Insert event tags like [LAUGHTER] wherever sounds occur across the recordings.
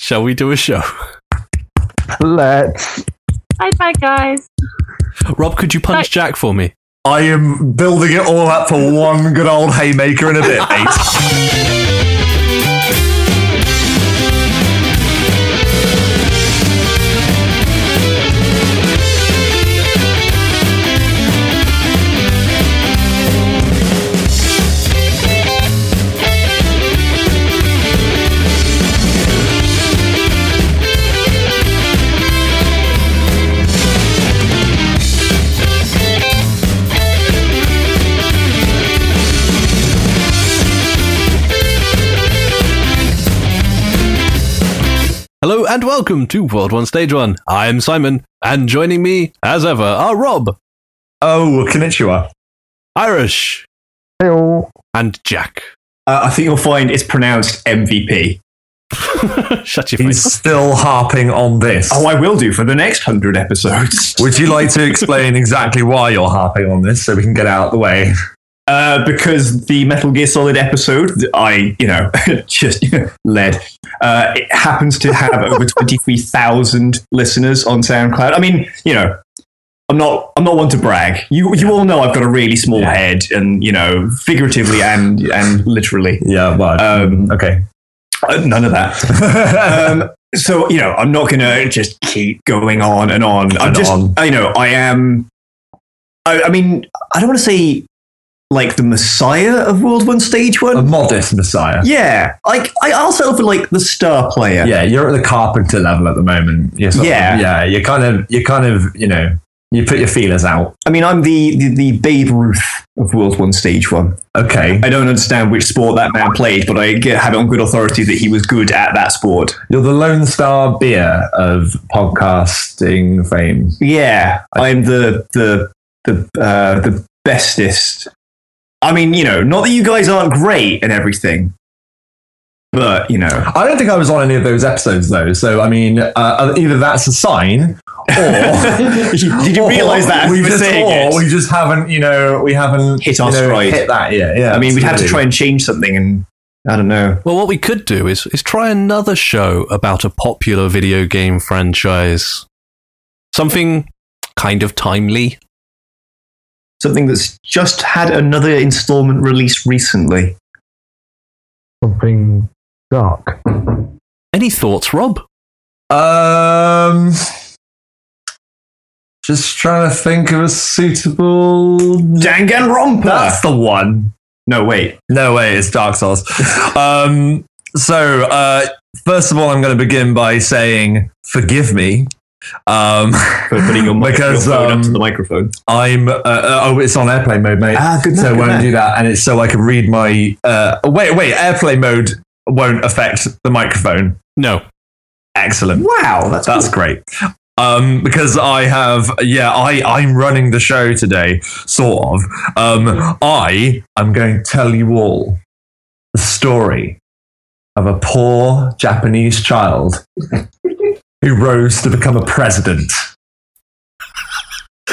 Shall we do a show? Let's. Bye bye, guys. [LAUGHS] Rob, could you punch Right. Jack for me? I am building it all up for one good old haymaker in a [LAUGHS] bit, mate. Hello and welcome to World One Stage One. I'm Simon, and joining me, as ever, are Rob, Oh, Konnichiwa. Irish, Heyo. and Jack. [LAUGHS] Uh, I think you'll find it's pronounced MVP. Shut your He's face. still harping on this. Oh, I will do for the next hundred episodes. [LAUGHS] Would you like to explain exactly why you're harping on this so we can get out of the way? Uh, because the Metal Gear Solid episode, I, you know, [LAUGHS] just led, uh, it happens to have over 23,000 listeners on SoundCloud. I mean, you know, I'm not, I'm not one to brag. You, you all know I've got a really small head and, you know, figuratively and, and literally. Yeah, well, Um, okay. Uh, none of that. um, so you know, I'm not gonna just keep going on and on. I'm And just, on. I know, I am. I, I mean, I don't want to say like the messiah of World One Stage [LAUGHS] A One. modest messiah. yeah, like I, I'll settle for like the star player. Yeah, you're at the carpenter level at the moment. You're sort of- Yeah. yeah. You're kind of, you're kind of, you know, you put your feelers out. I mean, I'm the, the the Babe Ruth of World One Stage One. Okay, I don't understand which sport that man played, but I get- have it on good authority that he was good at that sport. you're the Lone Star beer of podcasting fame. Yeah, I'm the the the uh, the bestest. I mean, you know, not that you guys aren't great and everything, but you know, I don't think I was on any of those episodes though. So I mean, uh, either that's a sign, or Did you- [LAUGHS] did you realise that as we you were just, saying or it? we just haven't, you know, we haven't Hit our you know, stride. Hit that, yeah, yeah. I mean, we'd have to absolutely. try and change something, and I don't know. Well, what we could do is, is try another show about a popular video game franchise. Something kind of timely. Something that's just had another installment released recently. Something dark. Any thoughts, Rob? Um, just trying to think of a suitable. Danganronpa. That's the one. no, wait. No way, it's Dark Souls. um, so, uh, first of all, I'm going to begin by saying, forgive me. Um, [LAUGHS] For putting your, mic- Because, your phone um, up to the microphone. I'm. Uh, uh, oh, it's on airplane mode, mate. Ah, good. so it won't do that, and it's so I can read my. Uh, wait, wait. Airplane mode won't affect the microphone. No. Excellent. Wow, that's That's great. Um, because I have, yeah, I, I'm running the show today, sort of. Um, I am going to tell you all the story of a poor Japanese child [LAUGHS] who rose to become a president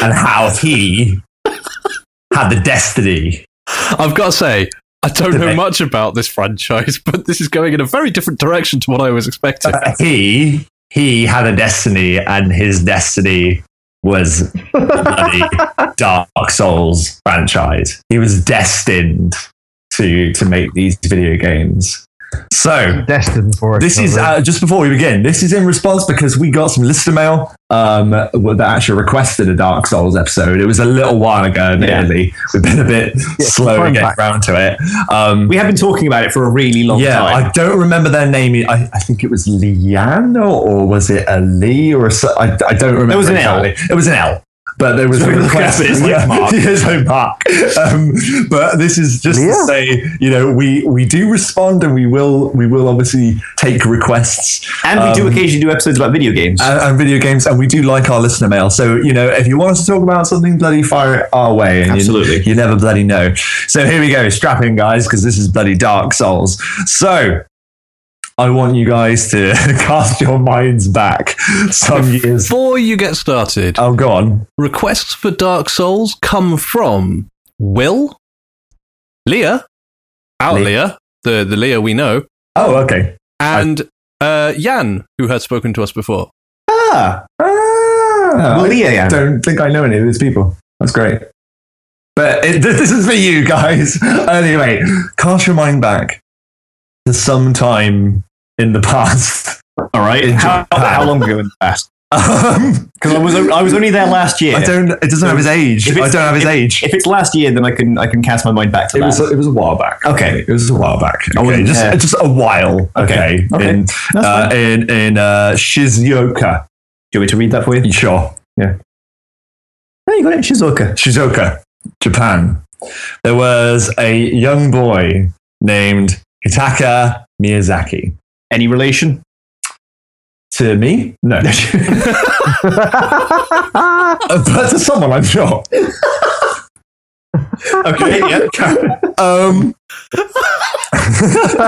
and how he had the destiny. I've got to say, I don't know Debate. much about this franchise, [LAUGHS] but this is going in a very different direction to what I was expecting. Uh, He, he had a destiny, and his destiny was bloody Dark Souls franchise. He was destined to to make these video games. So Destined for it. this is probably. uh, just before we begin. This is in response because we got some listener mail um, that actually requested a Dark Souls episode. It was a little while ago, admittedly. We've been a bit Yeah, slow to fun get fact. around to it. Um, We have been talking about it for a really long yeah, time. I don't remember their name. e, I, I think it was Leanne or, or was it a Lee or a, so- I, I don't remember. It was an L. It was an L. But there was So a we look request. up, [LAUGHS] it's like Yeah, Mark. [LAUGHS] yeah, it's like Mark. Um, but this is just to Leah? say, you know, we, we do respond and we will we will obviously take requests and we do um, occasionally do episodes about video games. and, and video games, and we do like our listener mail. So you know, if you want us to talk about something, bloody fire it our way. And you- Absolutely. you, never bloody know. So here we go, strap in, guys, because this is bloody Dark Souls. So. I want you guys to [LAUGHS] cast your minds back some [LAUGHS] years. Before you get started, Oh, go on. requests for Dark Souls come from Will, Leah, out Le- Leah, the, the Leah we know, Oh, okay. and Uh, Jan, who had spoken to us before. Ah, Ah, well, I Leah, yeah. don't think I know any of these people. That's great. But it, [LAUGHS] this is for you guys. [LAUGHS] Anyway, cast your mind back to some time in the past. All right. Into How, the past. how long ago in the past? [LAUGHS] Um, Because I was I was only there last year. I don't. It doesn't have his age. If I it's- don't have his age. If it's last year, then I can I can cast my mind back to It that. was, it was a while back. Okay. It was a while back. I Okay, wasn't just, there. just a while. Okay. Okay. Okay. In, That's uh, fine. in, in uh, Shizuoka. Do you want me to read that for you? Sure. No, you got it. Shizuoka. Shizuoka, Japan. There was a young boy named Hitaka Miyazaki. Any relation? To me? No. [LAUGHS] Uh, but to someone, [LAUGHS] I'm sure. Okay. yeah. Um, [LAUGHS]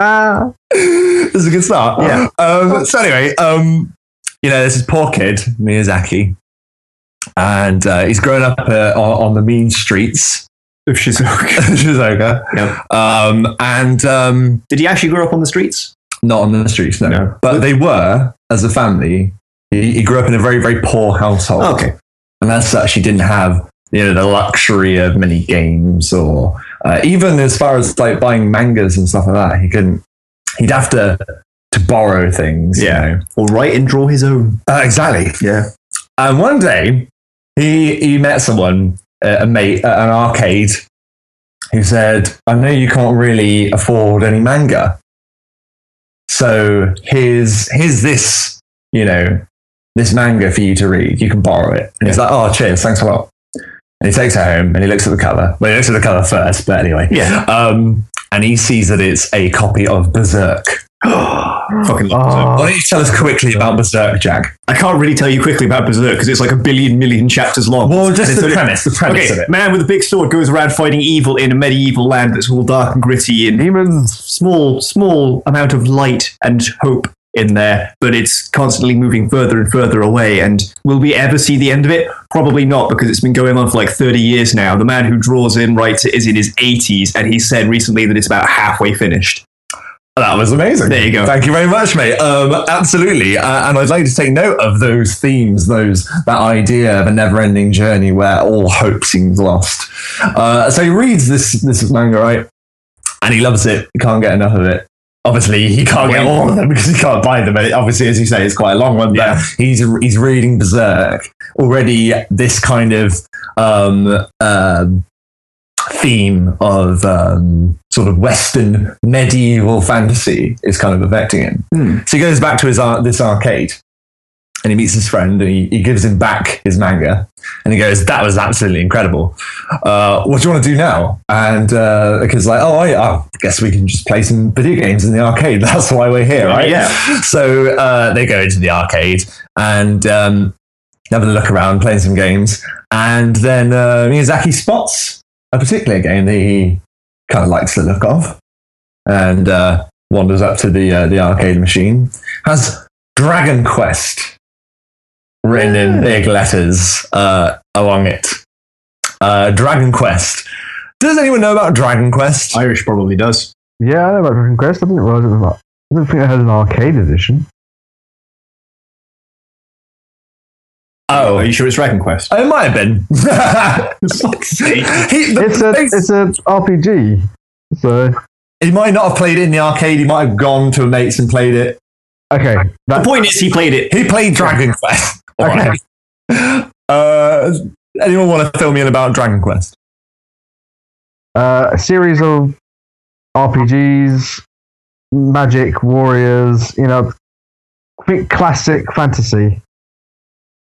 Ah, this is a good start. Yeah. Um, so anyway, um, you know, this is poor kid Miyazaki, and uh, he's grown up uh, on, on the mean streets Of Shizuoka. [LAUGHS] of Shizuoka. Yep. Um, and um, Did he actually grow up on the streets? not on the streets, no. No. But they were as a family. He, he grew up in a very, very poor household. Okay. and as such, he didn't have you know the luxury of many games or uh, even as far as like buying mangas and stuff like that. He couldn't. He'd have to to borrow things. you Yeah. know. Or write and draw his own. Uh, exactly. Yeah. And one day, he he met someone, uh, a mate at an arcade, who said, "I know you can't really afford any manga, so here's here's this, you know, this manga for you to read. You can borrow it." And he's like, "Oh, cheers, thanks a lot." And he takes it home and he looks at the cover. Well, he looks at the cover first, but anyway, Yeah. um, and he sees that it's a copy of Berserk. Fucking love Berserk. Why ah. don't you tell us quickly about Berserk, Jack? I can't really tell you quickly about Berserk because it's like a billion million chapters long. Well, And just it's the only- premise, Oh, the premise of Okay, it. man with a big sword goes around fighting evil in a medieval land that's all dark and gritty and demons. small, small amount of light and hope in there, but it's constantly moving further and further away. And will we ever see the end of it? Probably not, because it's been going on for like 30 years now. The man who draws in, writes it, is in his 80s, and he said recently that it's about halfway finished. That was amazing. There you go. Thank you very much, mate. Um, absolutely. Uh, and I'd like to take note of those themes, those that idea of a never-ending journey where all hope seems lost. Uh, so he reads this this manga, right? And he loves it. He can't get enough of it. Obviously, he can't get all of them because he can't buy them. And obviously, as you say, it's quite a long one. But he's he's reading Berserk already. This kind of um, um, theme of um, sort of Western medieval fantasy is kind of affecting him. Hmm. So he goes back to his ar- this arcade and he meets his friend and he, he gives him back his manga and he goes, That was absolutely incredible. Uh, what do you want to do now? And uh, the kid's like, Oh, I, I guess we can just play some video games in the arcade. [LAUGHS] That's why we're here, right? Yeah. So uh, they go into the arcade and um, having a look around, playing some games. And then uh, Miyazaki spots a particular game that he kind of likes the look of and uh, wanders up to the, uh, the arcade machine. Has Dragon Quest written Hmm. in big letters uh, along it. Uh, Dragon Quest. Does anyone know about Dragon Quest? Irish probably does. [LAUGHS] Yeah, I know about Dragon Quest. I didn't realize it was that. I didn't think it had an arcade edition. Are you sure it's Dragon Quest? Oh. it might have been. [LAUGHS] Fuck's sake. He- the It's a thing's- it's a RPG. So He might not have played it in the arcade. He might have gone to a mate's and played it. okay, The point is, he played it. He played Dragon Quest. All okay. right. Uh, anyone want to fill me in about Dragon Quest? Uh, a series of RPGs, magic warriors. You know, think classic fantasy.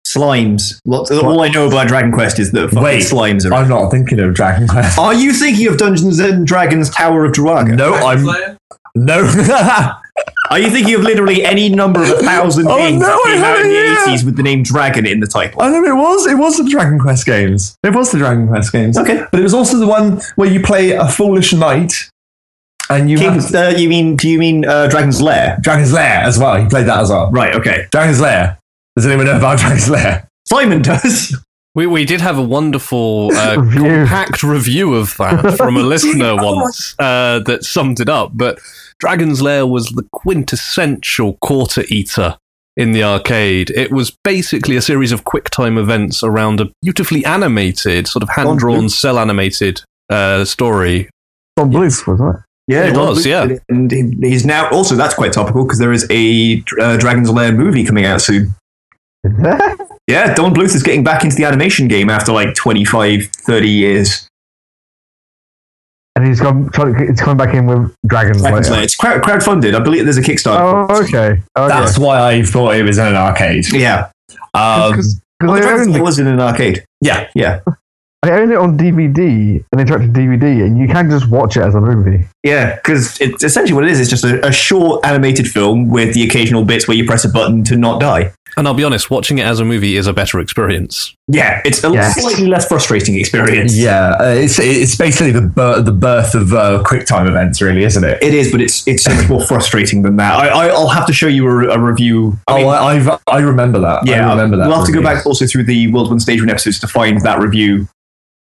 Slimes. Lots, all I know about Dragon Quest is that fucking Wait. slimes are. I'm not thinking of Dragon Quest. Are you thinking of Dungeons and Dragons Tower of Draga? No, I'm no. [LAUGHS] Are you thinking of literally any number of a thousand Oh, games no, that I came out in the haven't, yeah. 80s with the name Dragon in the title? I know it was. It was the Dragon Quest games. It was the Dragon Quest games. Okay. but it was also the one where you play a foolish knight, and you King, have uh, you mean, do you mean uh, Dragon's Lair? Dragon's Lair as well. He played that as well. Right, okay. [LAUGHS] Dragon's Lair. Does anyone know about Dragon's Lair? Simon does. We, we did have a wonderful uh, [LAUGHS] Review. compact review of that from a [LAUGHS] listener once uh, that summed it up. But Dragon's Lair was the quintessential quarter eater in the arcade. It was basically a series of quick time events around a beautifully animated, sort of hand drawn, cell animated uh, story. Don Bluth, wasn't it? Yeah, It Don was, Bluth yeah. did it, and he- he's now also that's quite topical because there is a uh, Dragon's Lair movie coming out soon. Is there? Yeah, Don Bluth is getting back into the animation game after like 25, 30 years. [LAUGHS] And he's gone. Trying to, it's coming back in with dragons. Dragon's later. Lair. It's crowd, crowdfunded. I believe there's a Kickstarter. Oh, okay. okay. That's why I thought it was in an arcade. Yeah, Um, Because well, I, Dragon's owned Lair it- was in an arcade. yeah, Yeah, I owned it on DVD, an interactive DVD, and you can just watch it as a movie. yeah, because it's essentially what it is. It's just a, a short animated film with the occasional bits where you press a button to not die. And I'll be honest, watching it as a movie is a better experience. Yeah, it's a Yes. slightly less frustrating experience. yeah. Uh, it's it's basically the bir- the birth of uh, QuickTime events, really, isn't it? It is, but it's it's so much more frustrating than that. I, I I'll have to show you a, a review. I mean, oh, I, I've, I remember that. yeah, I remember that. We'll have to go review. back also through the World One Stage One episodes to find that review.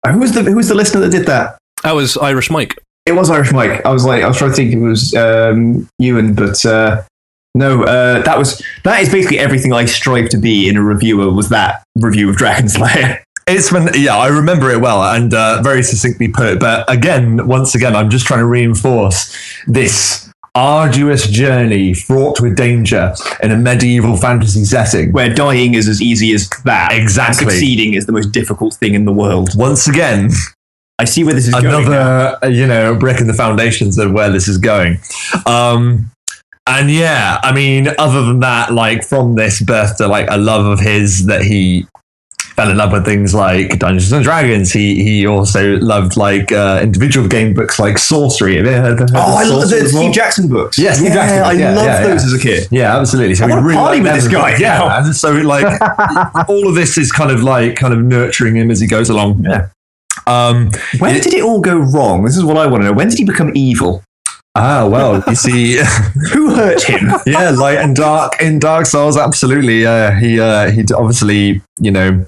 Uh, Who was the who was the listener that did that? That was Irish Mike. It was Irish Mike. I was like, I was trying to think it was um, Ewan, but uh, no, uh, that was that is basically everything I strive to be in a reviewer was that review of Dragon's Lair. [LAUGHS] It's when, yeah, I remember it well and uh, very succinctly put it. But again, once again, I'm just trying to reinforce this arduous journey fraught with danger in a medieval fantasy setting. where dying is as easy as that. and Exactly. succeeding is the most difficult thing in the world. Once again, I see where this is going. now. another uh, you know brick in the foundations of where this is going um and yeah i mean other than that like from this birth to like a love of his that he fell in love with things like dungeons and dragons he he also loved like uh, individual game books like sorcery Have you heard- heard of Oh, I love Sorcery the before? Steve Jackson books. Yeah, Steve yeah, Jackson, I yeah, love yeah, those yeah. as a kid. yeah, absolutely. So I we wanna really party like with this memories. guy now. Yeah, and so like [LAUGHS] all of this is kind of like kind of nurturing him as he goes along. Yeah. Um, When It- did it all go wrong? This is what I want to know. When did he become evil? ah, [LAUGHS] well, you see, [LAUGHS] Who hurt [LAUGHS] him? yeah, light and dark in Dark Souls. Absolutely. Uh, he uh, he d- obviously you know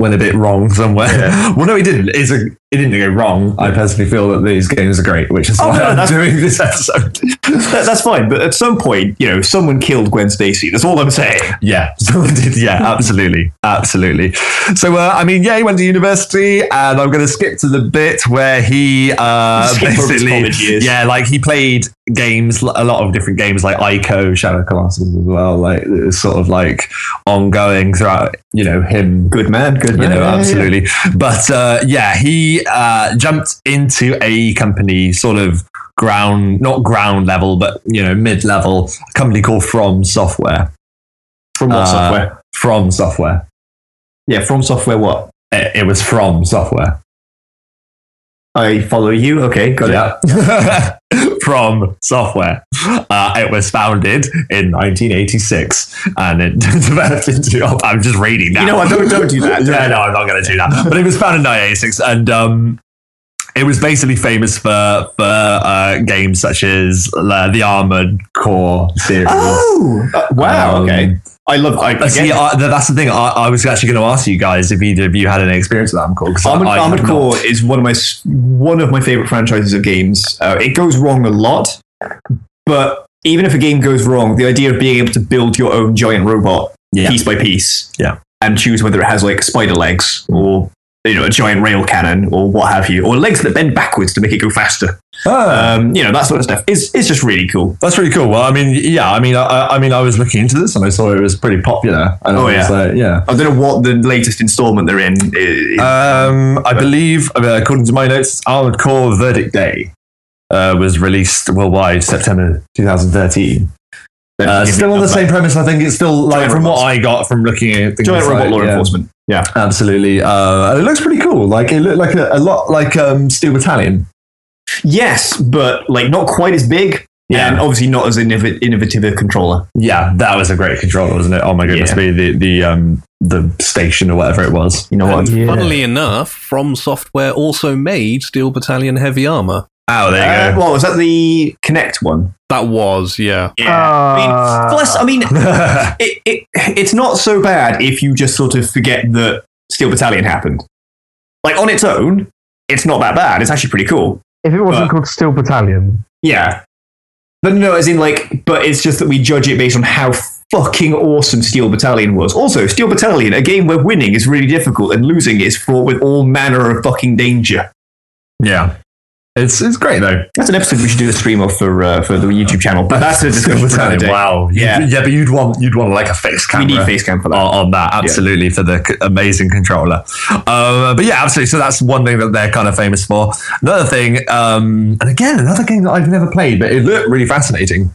went a bit wrong somewhere. [LAUGHS] well, no, he didn't. It's a, it didn't go wrong. I personally feel that these games are great, which is Oh, why no, I'm that's- doing this episode. That- that's fine, but at some point, you know, someone killed Gwen Stacy. That's all I'm saying. yeah, [LAUGHS] so I did. Yeah, absolutely, absolutely. So uh, I mean, yeah, he went to university, and I'm going to skip to the bit where he uh, Skip over his basically, college years. yeah, like he played games, a lot of different games, like Ico, Shadow Colossus, as well. Like it was sort of like ongoing throughout, you know, him Good man, good you man. know, absolutely. But uh, yeah, he uh, jumped into a company, sort of ground, not ground level, but you know, mid level, a company called From Software. From what Uh, software? From Software. Yeah, from software what? It, it was From Software. I follow you. Okay, got it. Yeah. [LAUGHS] from Software. Uh, it was founded in 1986 and it [LAUGHS] developed into. oh, I'm just reading now. You know what? Don't, don't do [LAUGHS] that. yeah, no, I'm not going to do that. But it was founded in 1986, and um, it was basically famous for for uh, games such as uh, the Armored Core series. Oh, uh, wow. Um, okay, I love. I, But see, again, I, th- that's the thing. I, I was actually going to ask you guys if either of you had any experience with Armored Core. 'cause Armored, I- I have Armored not. Core is one of my s- one of my favorite franchises of games. Uh, it goes wrong a lot, but even if a game goes wrong, the idea of being able to build your own giant robot Yeah. piece by piece, Yeah. and choose whether it has like spider legs or you know a giant rail cannon or what have you, or legs that bend backwards to make it go faster. Ah. Um, you know that sort of stuff is is just really cool. That's really cool. Well, I mean, yeah, I mean, I- I, I mean, I was looking into this and I saw it was pretty popular. And Oh, I was yeah. like, yeah. I don't know what the latest installment they're in. Is. Um, I believe, uh, according to my notes, Armored Core Verdict Day uh, was released worldwide September 2013. Uh, still on the same premise. I think it's still like Giant from robots. what I got from looking at things giant robot like- law yeah, enforcement. Yeah. Absolutely, uh, and it looks pretty cool. Like it looked like a, a lot like um, Steel Battalion. Yes, but like not quite as big. Yeah. And obviously not as innov- innovative a controller. Yeah, that was a great controller, wasn't it? Oh my goodness, Yeah. me, the the um, the station or whatever it was. You know And what? yeah. funnily enough, From Software also made Steel Battalion Heavy Armor. Oh, Uh, there you go. well, was that the Connect one? That was, yeah. Uh, I mean, plus, I mean, [LAUGHS] yeah, it, it, it's not so bad if you just sort of forget that Steel Battalion happened. Like on its own, it's not that bad. It's actually pretty cool. If it wasn't But- called Steel Battalion, Yeah. But no, as in like, but it's just that we judge it based on how fucking awesome Steel Battalion was. Also, Steel Battalion, a game where winning is really difficult and losing is fraught with all manner of fucking danger. Yeah. It's, it's great though. That's an episode we should do a stream of for uh, for the YouTube channel. But that's a discussion for another day. Wow. Yeah. Yeah. Yeah, but you'd want you'd want like a face We camera. Oh, need face cam for that. on, on that absolutely for the c- amazing controller um, but yeah absolutely so that's one thing that they're kind of famous for another thing um, and again another game that i've never played but it looked really fascinating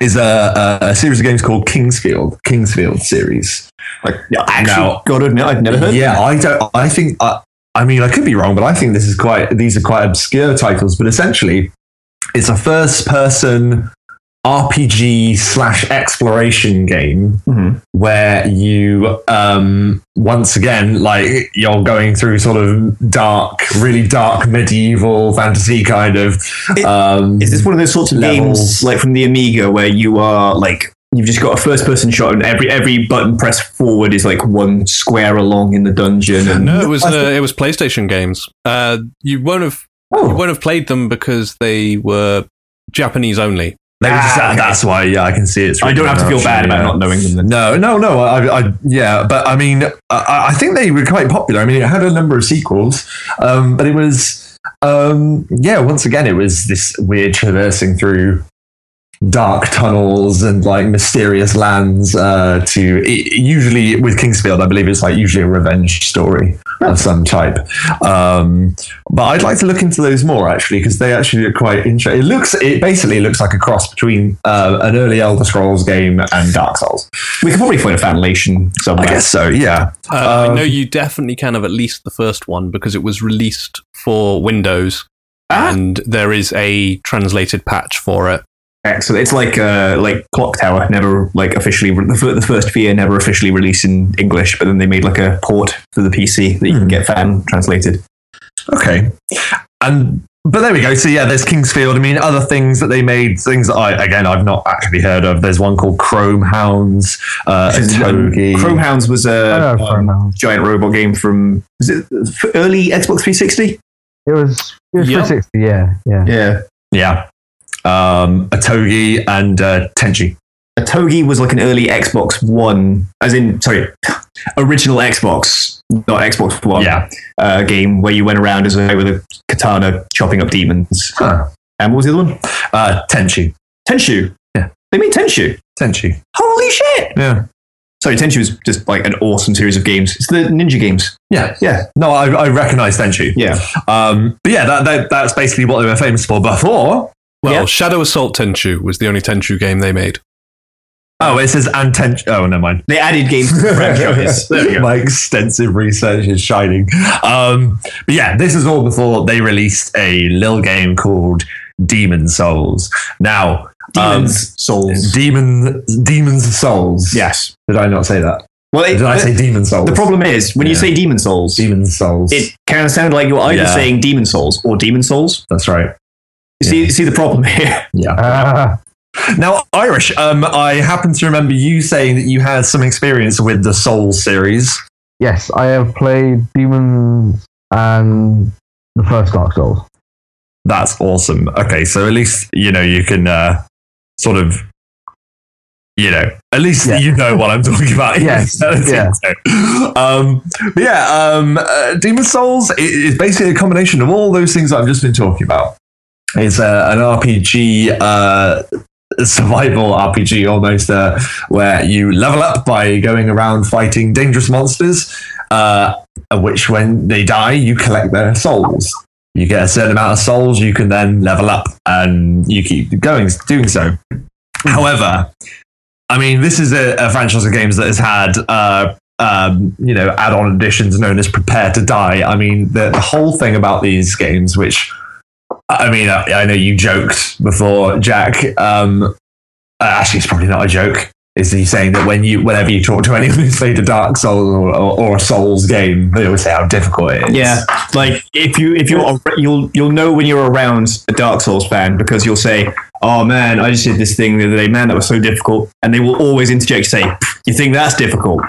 is a, a, a series of games called kingsfield kingsfield series Like, yeah, actually, Now- gotta admit, I've never heard. yeah i don't i think I, I mean i could be wrong but i think this is quite these are quite obscure titles but essentially it's a first person rpg slash exploration game Mhm. where you um once again like you're going through sort of dark really dark medieval fantasy kind of It- um Is this one of those sorts of Levels. games like from the Amiga where you are like you've just got a first person shot and every every button pressed forward is like one square along in the dungeon [LAUGHS] and No, it was I uh, it was PlayStation games. Uh, you won't have you oh, won't have played them because they were Japanese only. maybe just Ah, that- okay. that's why yeah i can see it's I don't have to feel bad about Yeah. not knowing them then. No, no, no. I, I, yeah, but I mean, I, I think they were quite popular. I mean, it had a number of sequels, um, but it was, um, yeah, once again, it was this weird traversing through dark tunnels and like mysterious lands. Uh, to it, usually with Kingsfield, I believe it's like usually a revenge story of some type. Um, but I'd like to look into those more actually because they actually look quite interesting. It looks, it basically looks like a cross between uh, an early Elder Scrolls game and Dark Souls. We could probably find a fanlation I somewhere. guess so. Yeah. Uh, I Um, know you definitely can have at least the first one because it was released for Windows, Ah. and there is a translated patch for it. Excellent. It's like uh, like Clock Tower, never like officially re- the, fir- the first fear never officially released in English, but then they made like a port for the PC that you can Hmm. get fan translated. Okay. And but there we go. So yeah, there's Kingsfield. I mean, other things that they made, things that I again I've not actually heard of. There's one called Chrome Hounds, uh, Which is- Togi. Chrome Hounds was I a don't know, um, pronouns. giant robot game from was it f- early Xbox 360? It was, it was Yep. 360, yeah, yeah. Yeah. yeah. Um, a Togi and uh, Tenchi. A Togi was like an early Xbox One, as in sorry, [LAUGHS] original Xbox, not Xbox One. Yeah. Uh, game where you went around as a with a katana chopping up demons. Huh. And what was the other one? Uh, Tenchi. Tenshu. Yeah. They made Tenshu. Tenchi. Holy shit! Yeah. Sorry, Tenshu is just like an awesome series of games. It's the ninja games. Yeah. Yeah. No, I, I recognize Tenchi. Yeah. Um, but yeah, that, that, that's basically what they were famous for before. Well, Yeah. Shadow Assault Tenchu was the only Tenchu game they made. Oh, it says and Tenchi. Oh, [LAUGHS] never mind. They added games to [LAUGHS] the franchise. There we go. My extensive research is shining. Um, but yeah, this is all before they released a little game called Demon Souls. Now, um, Demons, Souls. Demon Demons Souls. yes. Did I not say that? Well, it, uh, Did I say Demon Souls? the problem is when you Yeah. say Demon Souls, Demon Souls. it kind of sounded like you're either Yeah. saying Demon Souls or Demon Souls. That's right. See, see the problem here. [LAUGHS] Yeah. Ah, Now, Irish, um, I happen to remember you saying that you had some experience with the Souls series. yes, I have played Demons and the first Dark Souls. That's awesome. Okay, so at least you know you can uh, sort of, you know, at least Yeah. you know what I'm [LAUGHS] talking about. Yes, yeah. Um, but yeah, um, uh, Demon Souls i- is basically a combination of all those things that I've just been talking about. It's uh, an RPG, uh, survival RPG almost, uh, where you level up by going around fighting dangerous monsters, uh, which when they die, you collect their souls. You get a certain amount of souls, you can then level up and you keep going, doing so. However, I mean, this is a, a franchise of games that has had, uh, um, you know, add-on editions known as Prepare to Die. I mean, the, the whole thing about these games, which, I mean, I, I know you joked before, Jack. Um, uh, actually, it's probably not a joke. Is he saying that when you, whenever you talk to anyone who's played a Dark Souls or, or, or a Souls game, they always say how difficult it is. Yeah, like if you if you're ar- you'll you'll know when you're around a Dark Souls fan because you'll say, "Oh man, I just did this thing the other day. Man, that was so difficult," and they will always interject, say, "You think that's difficult?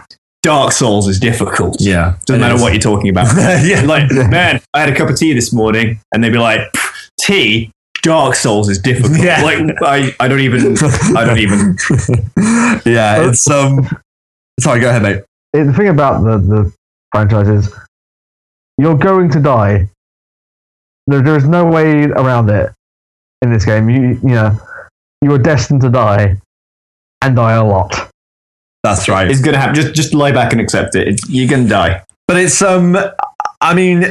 Dark Souls is difficult. Yeah. Doesn't it matter is. what you're talking about. [LAUGHS] yeah. like, man, I had a cup of tea this morning, and they'd be like, "Pff, "Tea, Dark Souls is difficult." Yeah. Like, I, I don't [LAUGHS] even, I don't even. yeah, it's um. [LAUGHS] Sorry, go ahead, mate. it, the thing about the, the franchise is you're going to die. There, there is no way around it in this game. You, you know, you are destined to die and die a lot. That's right. It's gonna happen. Just, just lie back and accept it. It's, you're gonna die. but it's um i mean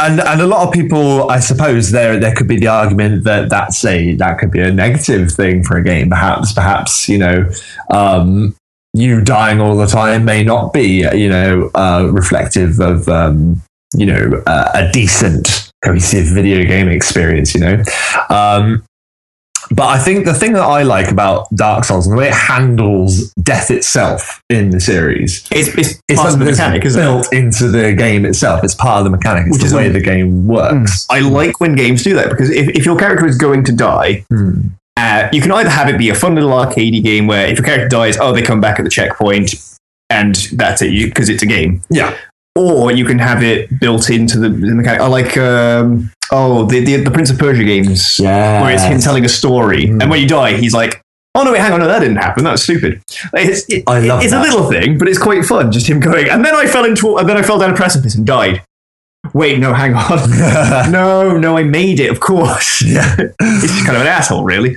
and and a lot of people i suppose there there could be the argument that that's a that could be a negative thing for a game perhaps perhaps you know um you dying all the time may not be you know uh reflective of um you know uh, a decent cohesive video game experience you know um but I think the thing that I like about Dark Souls and the way it handles death itself in the series It's, it's, it's part of the something that's mechanic, isn't it? built into the game itself. It's part of the mechanic. It's Which the is way un- the game works. I like when games do that because if, if your character is going to die, Hmm. uh, you can either have it be a fun little arcadey game where if your character dies, oh, they come back at the checkpoint, and that's it because it's a game. Yeah. Or you can have it built into the, the mechanic. I like, um, oh, the, the the Prince of Persia games Yeah. where it's him telling a story, Mm. and when you die, he's like, "Oh no, wait, hang on, no, that didn't happen. That was stupid." Like, it's it- I love it's a that. little thing, but it's quite fun. Just him going, and then I fell into, and then I fell down a precipice and died. Wait, no, hang [LAUGHS] on, no, no, I made it. Of course, yeah. it's just kind of an asshole, really.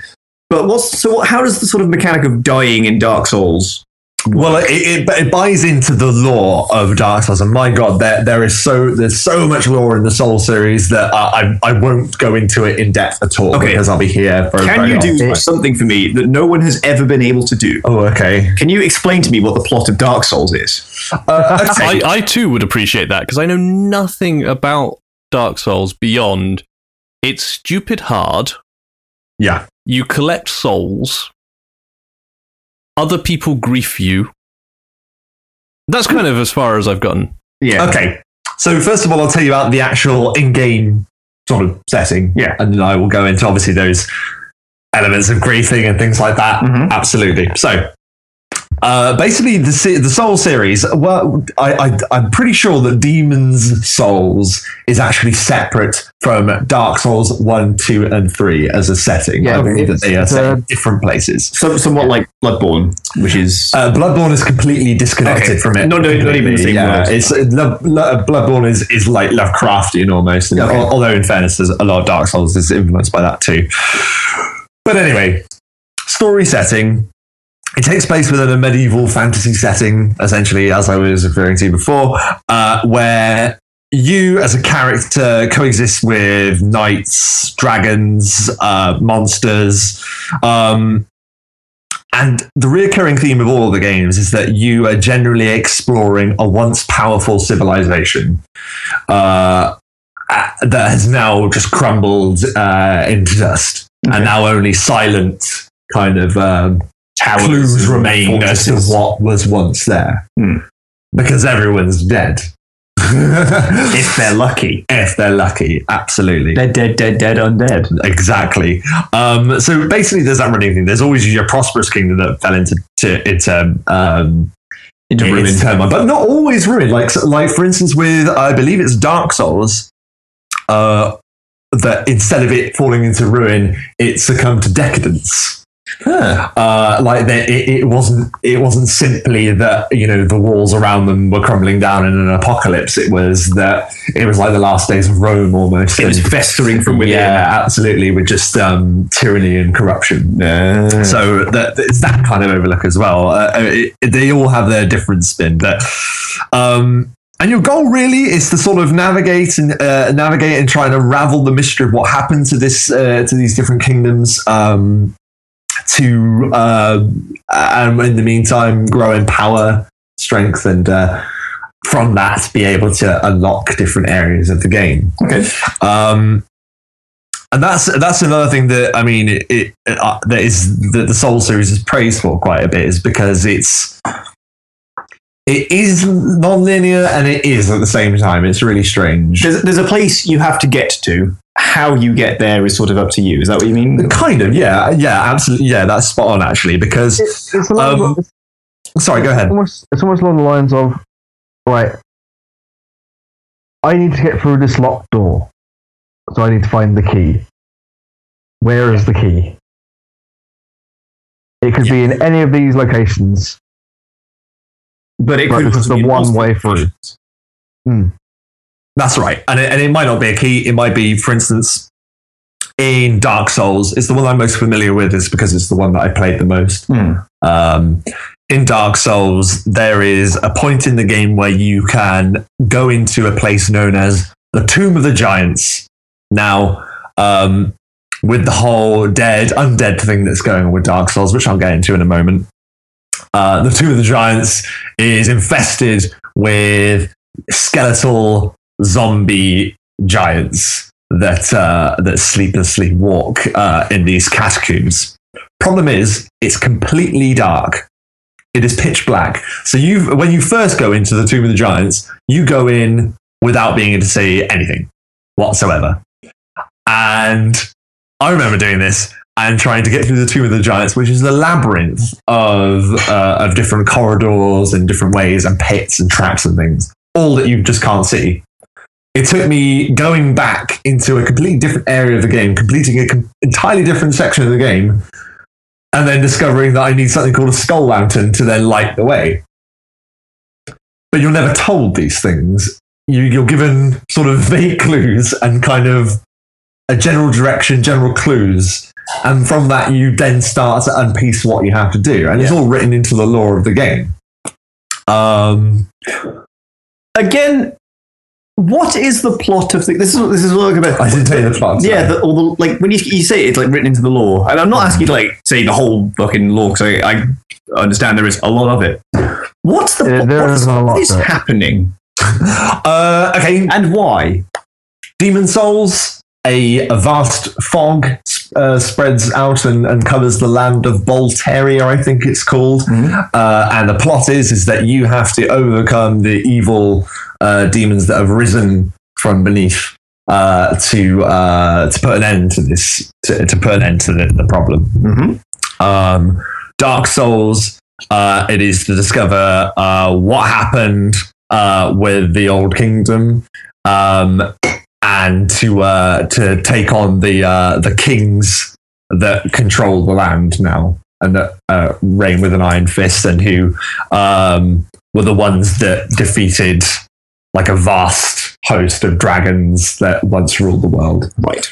But what's so? What, how does the sort of mechanic of dying in Dark Souls? Well, it, it, but it buys into the lore of Dark Souls, and my God, there there is so there's so much lore in the Soul series that I I, I won't go into it in depth at all Okay. because I'll be here for. a Can very you long do time. something for me that no one has ever been able to do? Oh, okay. Can you explain to me what the plot of Dark Souls is? Uh, okay. I, I too would appreciate that because I know nothing about Dark Souls beyond it's stupid hard. Yeah. You collect souls. Other people grief you. That's kind of as far as I've gotten. Yeah. Okay. So first of all, I'll tell you about the actual in-game sort of setting. Yeah. And then I will go into obviously those elements of griefing and things like that. Mhm. Absolutely. So uh, basically, the se- the Soul series. Well, I, I I'm pretty sure that Demons Souls is actually separate from Dark Souls one, two, and three as a setting. Yeah, I believe it's- that they are it's set a- in different places. Some, somewhat like Bloodborne, which is Uh, Bloodborne is completely disconnected Okay. from it. No, no, not even the same Yeah, world. it's uh, Lo- Lo- Bloodborne is, is like Lovecraftian almost. and Okay. al- Although in fairness, there's a lot of Dark Souls is influenced by that too. But anyway, story setting. It takes place within a medieval fantasy setting, essentially, as I was referring to before, uh, where you as a character coexist with knights, dragons, uh, monsters. Um, and the recurring theme of all the games is that you are generally exploring a once powerful civilization uh, a- that has now just crumbled uh, into dust and now only silent kind of um, towers. clues and remain as to fortresses. what was once there Hmm. because everyone's dead. [LAUGHS] If they're lucky, if they're lucky, absolutely. they're dead, dead, dead, undead. Exactly. Um, so basically, there's that running thing. There's always your prosperous kingdom that fell into to, into um, Into into ruin. turmoil, but not always ruin. Like like for instance, with I believe it's Dark Souls. Uh, that instead of it falling into ruin, it succumbed to decadence uh, like that it, it wasn't it wasn't simply that you know the walls around them were crumbling down in an apocalypse it was that it was like the last days of rome almost It was And- festering from within. yeah absolutely with just um, tyranny and corruption so that, it's that kind of overlook as well. Uh, it, it- they all have their different spin, but um, and your goal really is to sort of navigate and uh, navigate and try and unravel the mystery of what happened to this uh, to these different kingdoms. Um, to uh, and in the meantime, grow in power, strength, and uh, from that be able to unlock different areas of the game. Okay. Um, and that's that's another thing that I mean it, it uh, that is that the Soul series is praised for quite a bit is because it's it is non-linear and it is at the same time. It's really strange. There's, there's a place you have to get to. How you get there is sort of up to you. Is that what you mean? Kind of, yeah, yeah, absolutely, yeah. That's spot on actually because It, it's a lot Um, of, it's, Sorry, go ahead. almost it's almost along the lines of right i need to get through this locked door so i need to find the key where is the key it could be in any of these locations But it Right, could this is also the be one multiple way through. options. That's right. And it, and it might not be a key. It might be, for instance, in Dark Souls, it's the one I'm most familiar with, is because it's the one that I played the most. Hmm. Um, in Dark Souls, there is a point in the game where you can go into a place known as the Tomb of the Giants. Now, um, with the whole dead, undead thing that's going on with Dark Souls, which I'll get into in a moment, uh, the Tomb of the Giants is infested with skeletal zombie giants that uh, that sleeplessly walk uh, in these catacombs. Problem is, it's completely dark. It is pitch black. So you, when you first go into the Tomb of the Giants, you go in without being able to see anything whatsoever. And I remember doing this and trying to get through the Tomb of the Giants, which is the labyrinth of uh, of different corridors and different ways and pits and traps and things, all that you just can't see it took me going back into a completely different area of the game, completing an entirely different section of the game, and then discovering that I need something called a skull lantern to then light the way. But you're never told these things. You, you're given sort of [LAUGHS] vague clues and kind of a general direction, general clues. And from that, you then start to unpiece what you have to do. And it's all written into the lore of the game. Um, Again, what is the plot of the, this? Is this is what I'm about. I didn't tell you the plot. Yeah, the, or the, like when you, you say it's like written into the law, and I'm not asking you to like say the whole fucking law because I, I understand there is a lot of it. What's the Yeah, plot? there What's- is a lot what is to it. happening uh, okay, and why? Demon Souls, a, a vast fog uh, spreads out and, and covers the land of Volteria, I think it's called. Mhm. Uh, and the plot is, is that you have to overcome the evil uh, demons that have risen from beneath uh, to, uh, to put an end to this, to, to put an end to the, the problem Mm-hmm. um, Dark Souls. Uh, it is to discover uh, what happened uh, with the Old Kingdom, um, and to uh, to take on the uh, the kings that control the land now and that uh, reign with an iron fist, and who um, were the ones that defeated like a vast host of dragons that once ruled the world. Right,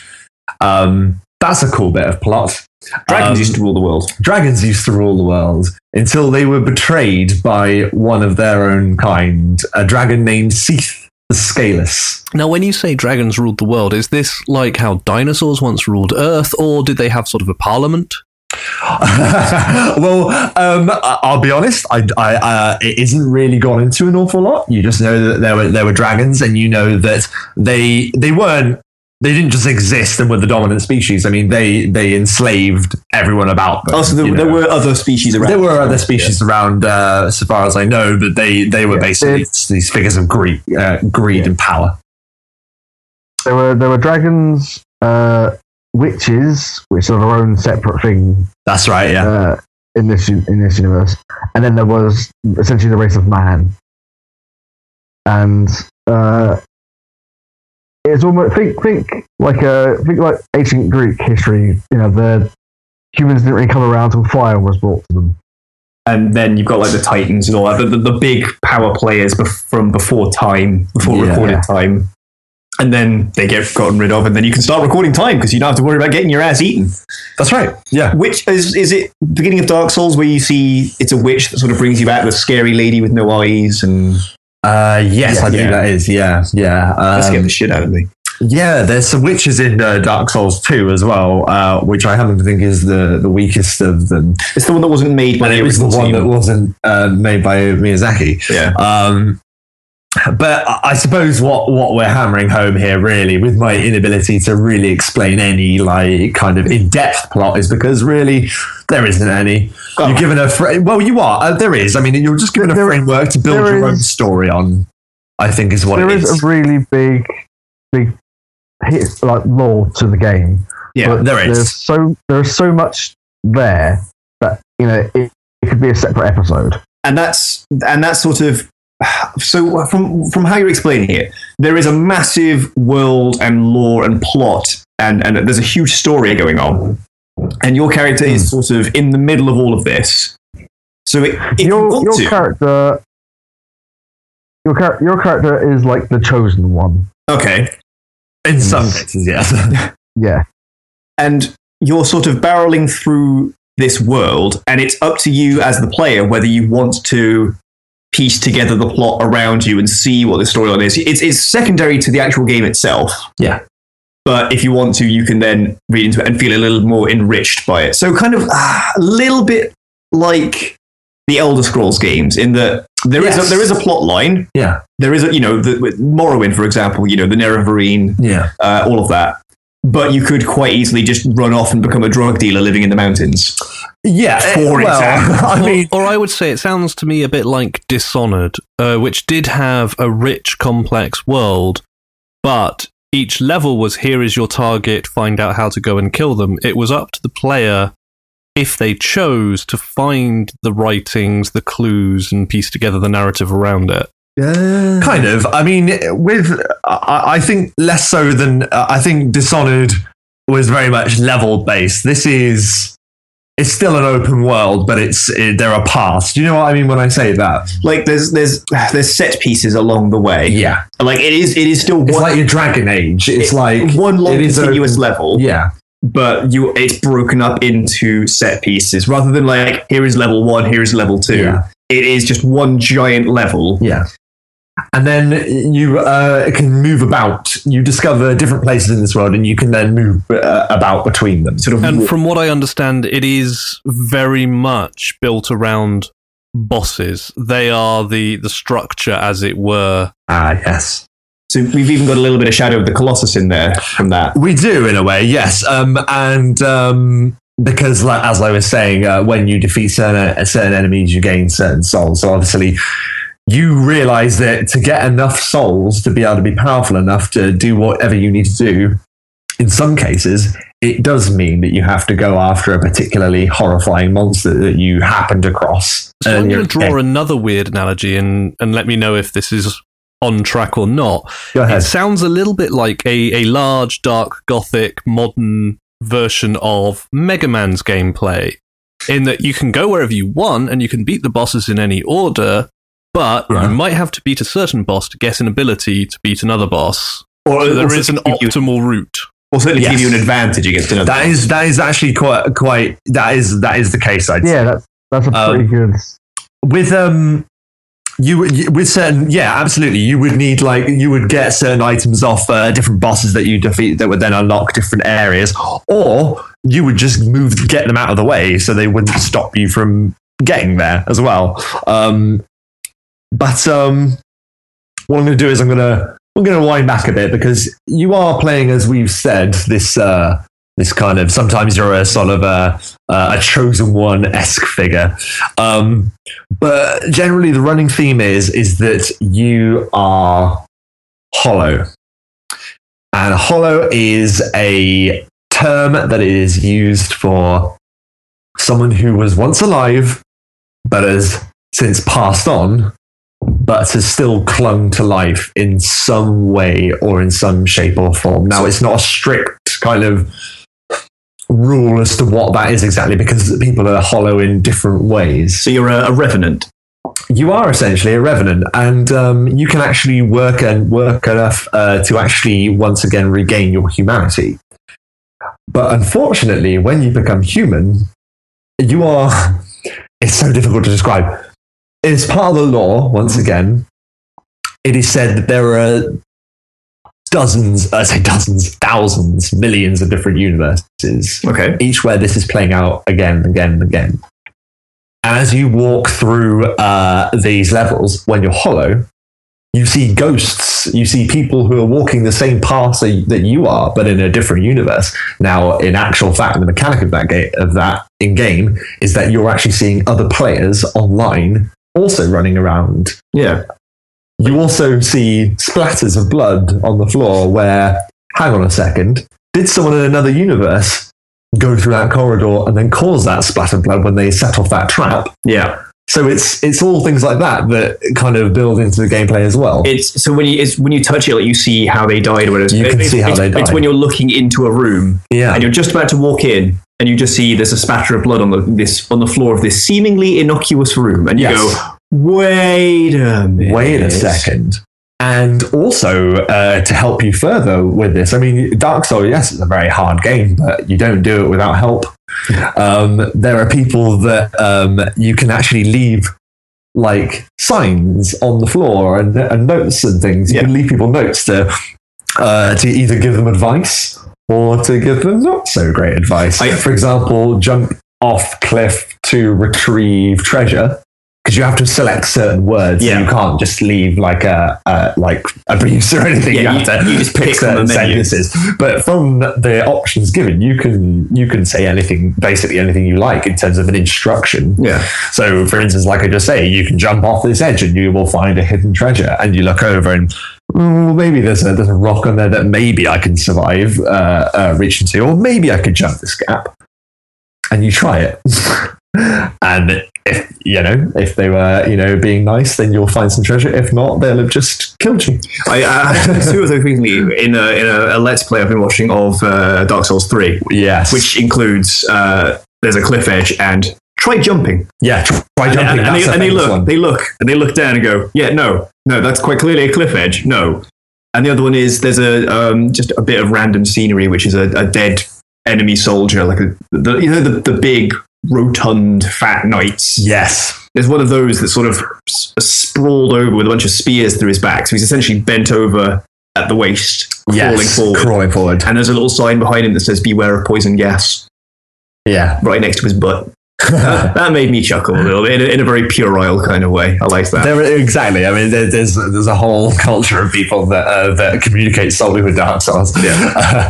Um, that's a cool bit of plot. dragons Um, used to rule the world. dragons used to rule the world until they were betrayed by one of their own kind, a dragon named Seath the Scaleless. Now, when you say dragons ruled the world, is this like how dinosaurs once ruled Earth, or did they have sort of a parliament? [LAUGHS] well, um, I- I'll be honest, I, I, uh, it isn't really gone into an awful lot. You just know that there were there were dragons, and you know that they they weren't. They didn't just exist and were the dominant species. I mean, they they enslaved everyone about them. Oh, so there, you there know. were other species around. There were other species around, uh, so far as I know, but they, they were Yeah. basically just these figures of greed, uh, greed and power. there were there were dragons uh witches which are their own separate thing That's right, yeah. uh, in this u- in this universe, and then there was essentially the race of man, and uh, it's almost think think like a think like ancient Greek history. You know, the humans didn't really come around till fire was brought to them. and then you've got like the Titans and all that, the, the, the big power players bef- from before time, before Yeah. recorded time. And then they get gotten rid of, and then you can start recording time because you don't have to worry about getting your ass eaten. That's right, yeah. Which is is it beginning of Dark Souls where you see it's a witch that sort of brings you back the scary lady with no eyes and Uh, yes, Yeah, I think yeah. that is, yeah, yeah. that scared Um, the shit out of me. yeah, there's some witches in uh, Dark Souls 2 as well, uh, which I happen to think is the, the weakest of them. It's the one that wasn't made by And the it was the original one team. that wasn't uh, made by Miyazaki. yeah. Um, but I I suppose what, what we're hammering home here, really, with my inability to really explain any like kind of in depth plot, is because really there isn't any. Oh. You're given a fra- well, you are. Uh, there is. I mean, you're just given a framework to build there your own is- story on. I think is what There it is is. a really big, big hit like lore to the game. yeah, but there There's is. so there's so much there that you know it, it could be a separate episode. and that's and that's sort of so uh, from from how you're explaining it, there is a massive world and lore and plot, and and there's a huge story going on, and your character is Hmm. sort of in the middle of all of this. So it, if you your want your to- character your, char- your character is like the chosen one. okay, In some cases, yes. [LAUGHS] Yeah. and you're sort of barreling through this world, and it's up to you as the player whether you want to piece together the plot around you and see what the storyline is. It's, it's secondary to the actual game itself. Yeah. But if you want to, you can then read into it and feel a little more enriched by it. So, kind of ah, a little bit like the Elder Scrolls games, in that there is Yes. a, there is a plot line. Yeah. There is a, you know, the, with Morrowind, for example, you know, the Nerevarine Yeah. uh, all of that. But you could quite easily just run off and become a drug dealer living in the mountains. Yeah. eh, For well, example. [LAUGHS] I mean, or, or I would say it sounds to me a bit like Dishonored, uh, which did have a rich, complex world, but each level was here is your target, find out how to go and kill them. It was up to the player, if they chose, to find the writings, the clues, and piece together the narrative around it. kind of i mean with i, I think less so than uh, i think dishonored was very much level based this is it's still an open world but it's it, there are paths do you know what i mean when i say that Like there's there's there's set pieces along the way. yeah Like it is it is still it's one, like your dragon age it's it- like one long it is a- continuous level, yeah but you it's broken up into set pieces rather than like here is level one, here is level two. Yeah. It is just one giant level. yeah and then you uh, can move about you discover different places in this world and you can then move uh, about between them sort of And from what I understand, it is very much built around bosses. They are the, the structure, as it were. ah yes So we've even got a little bit of Shadow of the Colossus in there from that. We do, in a way, yes. Um, and um, because, like, as I was saying, uh, when you defeat certain, uh, certain enemies, you gain certain souls. So obviously, you realize that to get enough souls to be able to be powerful enough to do whatever you need to do, in some cases, it does mean that you have to go after a particularly horrifying monster that you happened across. So I'm earlier going to in the draw game. another weird analogy and, and let me know if this is on track or not. Go It ahead. sounds a little bit like a, a large, dark, gothic, modern version of Mega Man's gameplay, in that you can go wherever you want and you can beat the bosses in any order, but Right. you might have to beat a certain boss to get an ability to beat another boss. Or So there or is an certainly give you- optimal route. or certainly give Yes. you an advantage against another. That is that is actually quite quite that is that is the case. I'd say. Yeah, that's that's a Um, pretty good with um you, you with certain yeah absolutely you would need like you would get certain items off uh, different bosses that you defeat that would then unlock different areas or you would just move get them out of the way so they wouldn't stop you from getting there as well um but um what i'm going to do is i'm going to i'm going to wind back a bit because you are playing as we've said this uh this kind of sometimes you're a sort of a, uh, a chosen one esque figure um but generally the running theme is is that you are hollow and hollow is a term that is used for someone who was once alive but has since passed on but has still clung to life in some way or in some shape or form now it's not a strict kind of rule as to what that is exactly because people are hollow in different ways so you're a, a revenant. you are essentially a revenant, and um, you can actually work and work enough uh, to actually once again regain your humanity. But unfortunately, when you become human, you are. [LAUGHS] It's so difficult to describe. It's part of the law. Once again, it is said that there are dozens, I say dozens, thousands, millions of different universes Okay. each where this is playing out again and again and again. As you walk through uh, these levels, when you're hollow, you see ghosts. You see people who are walking the same path that that you are, but in a different universe. Now, in actual fact, the mechanic of that game, of that in game, is that you're actually seeing other players online also running around Yeah. you also see splatters of blood on the floor where, hang on a second, did someone in another universe go through that corridor and then cause that splatter of blood when they set off that trap? Yeah. So it's it's all things like that that kind of build into the gameplay as well. It's so when you it's when you touch it, like you see how they died. Whatever. You can it's, see how it's- they It's died. when you're looking into a room yeah. and you're just about to walk in, and you just see there's a spatter of blood on the this on the floor of this seemingly innocuous room, and you Yes. go, "Wait a minute! Wait a second. And also uh, to help you further with this, I mean, Dark Souls, yes, it's a very hard game, but you don't do it without help. Um, there are people that um, you can actually leave like signs on the floor and, and notes and things. You can leave people notes to uh, to either give them advice or to give them not so great advice. I- For example, jump off cliff to retrieve treasure because you have to select certain words. Yeah. You can't just leave like a, a like abuse or [LAUGHS] anything. Yeah, you you- have to you just pick from certain the menu. sentences. But from the options given, you can you can say anything, basically anything you like in terms of an instruction. Yeah, So, for instance, like I just say, you can jump off this edge and you will find a hidden treasure. And you look over and "Mm, maybe there's a, there's a rock on there that maybe I can survive, uh, uh, reach into, or maybe I could jump this gap. And you try it. [LAUGHS] and if you know if they were you know being nice, then you'll find some treasure. If not, they'll have just killed you. I, I [LAUGHS] I did two of those recently in a in a, a let's play I've been watching of uh, Dark Souls three, Yes. which includes uh, there's a cliff edge and try jumping. yeah, try jumping. and, and that's they, a and they famous look, one. they look, and they look down and go, yeah, no, no, that's quite clearly a cliff edge, no. And the other one is there's a um, just a bit of random scenery, which is a, a dead enemy soldier, like a, the you know the, the big rotund fat knights. Yes. There's one of those that's sort of s- sprawled over with a bunch of spears through his back, so he's essentially bent over at the waist, crawling Yes. forward. Crawling forward. and there's a little sign behind him that says "Beware of poison gas" Yeah. right next to his butt. [LAUGHS] that, that made me chuckle a little bit in a, in a very puerile kind of way. I liked that. There, exactly. I mean, there, there's there's a whole [LAUGHS] culture of people that uh, that communicate solely with Dark Souls. Yeah.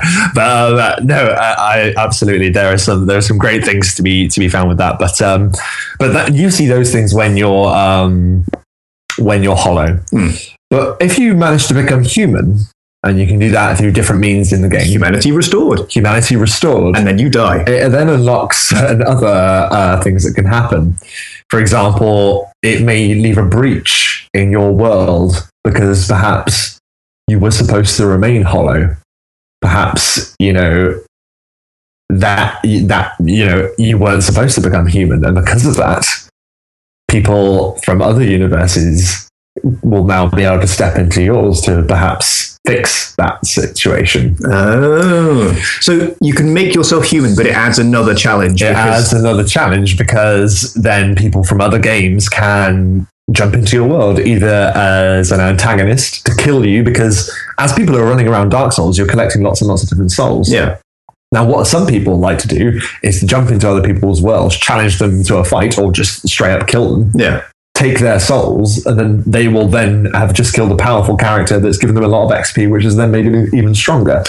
[LAUGHS] Uh, but uh, no, I, I absolutely there are some there are some great things to be to be found with that. But um, but that, you see those things when you're um, when you're hollow. Hmm. But if you manage to become human, and you can do that through different means in the game, Humanity restored, humanity restored and then you die. it then unlocks [LAUGHS] certain other uh, things that can happen. For example, it may leave a breach in your world because perhaps you were supposed to remain hollow. Perhaps you know that that you know you weren't supposed to become human, and because of that, people from other universes will now be able to step into yours to perhaps fix that situation. Oh, so you can make yourself human, but it adds another challenge. it because- adds another challenge because then people from other games can jump into your world either as an antagonist to kill you because as people are running around dark souls you're collecting lots and lots of different souls yeah, now what some people like to do is to jump into other people's worlds challenge them to a fight or just straight up kill them yeah. take their souls and then they will then have just killed a powerful character that's given them a lot of xp which has then made it even stronger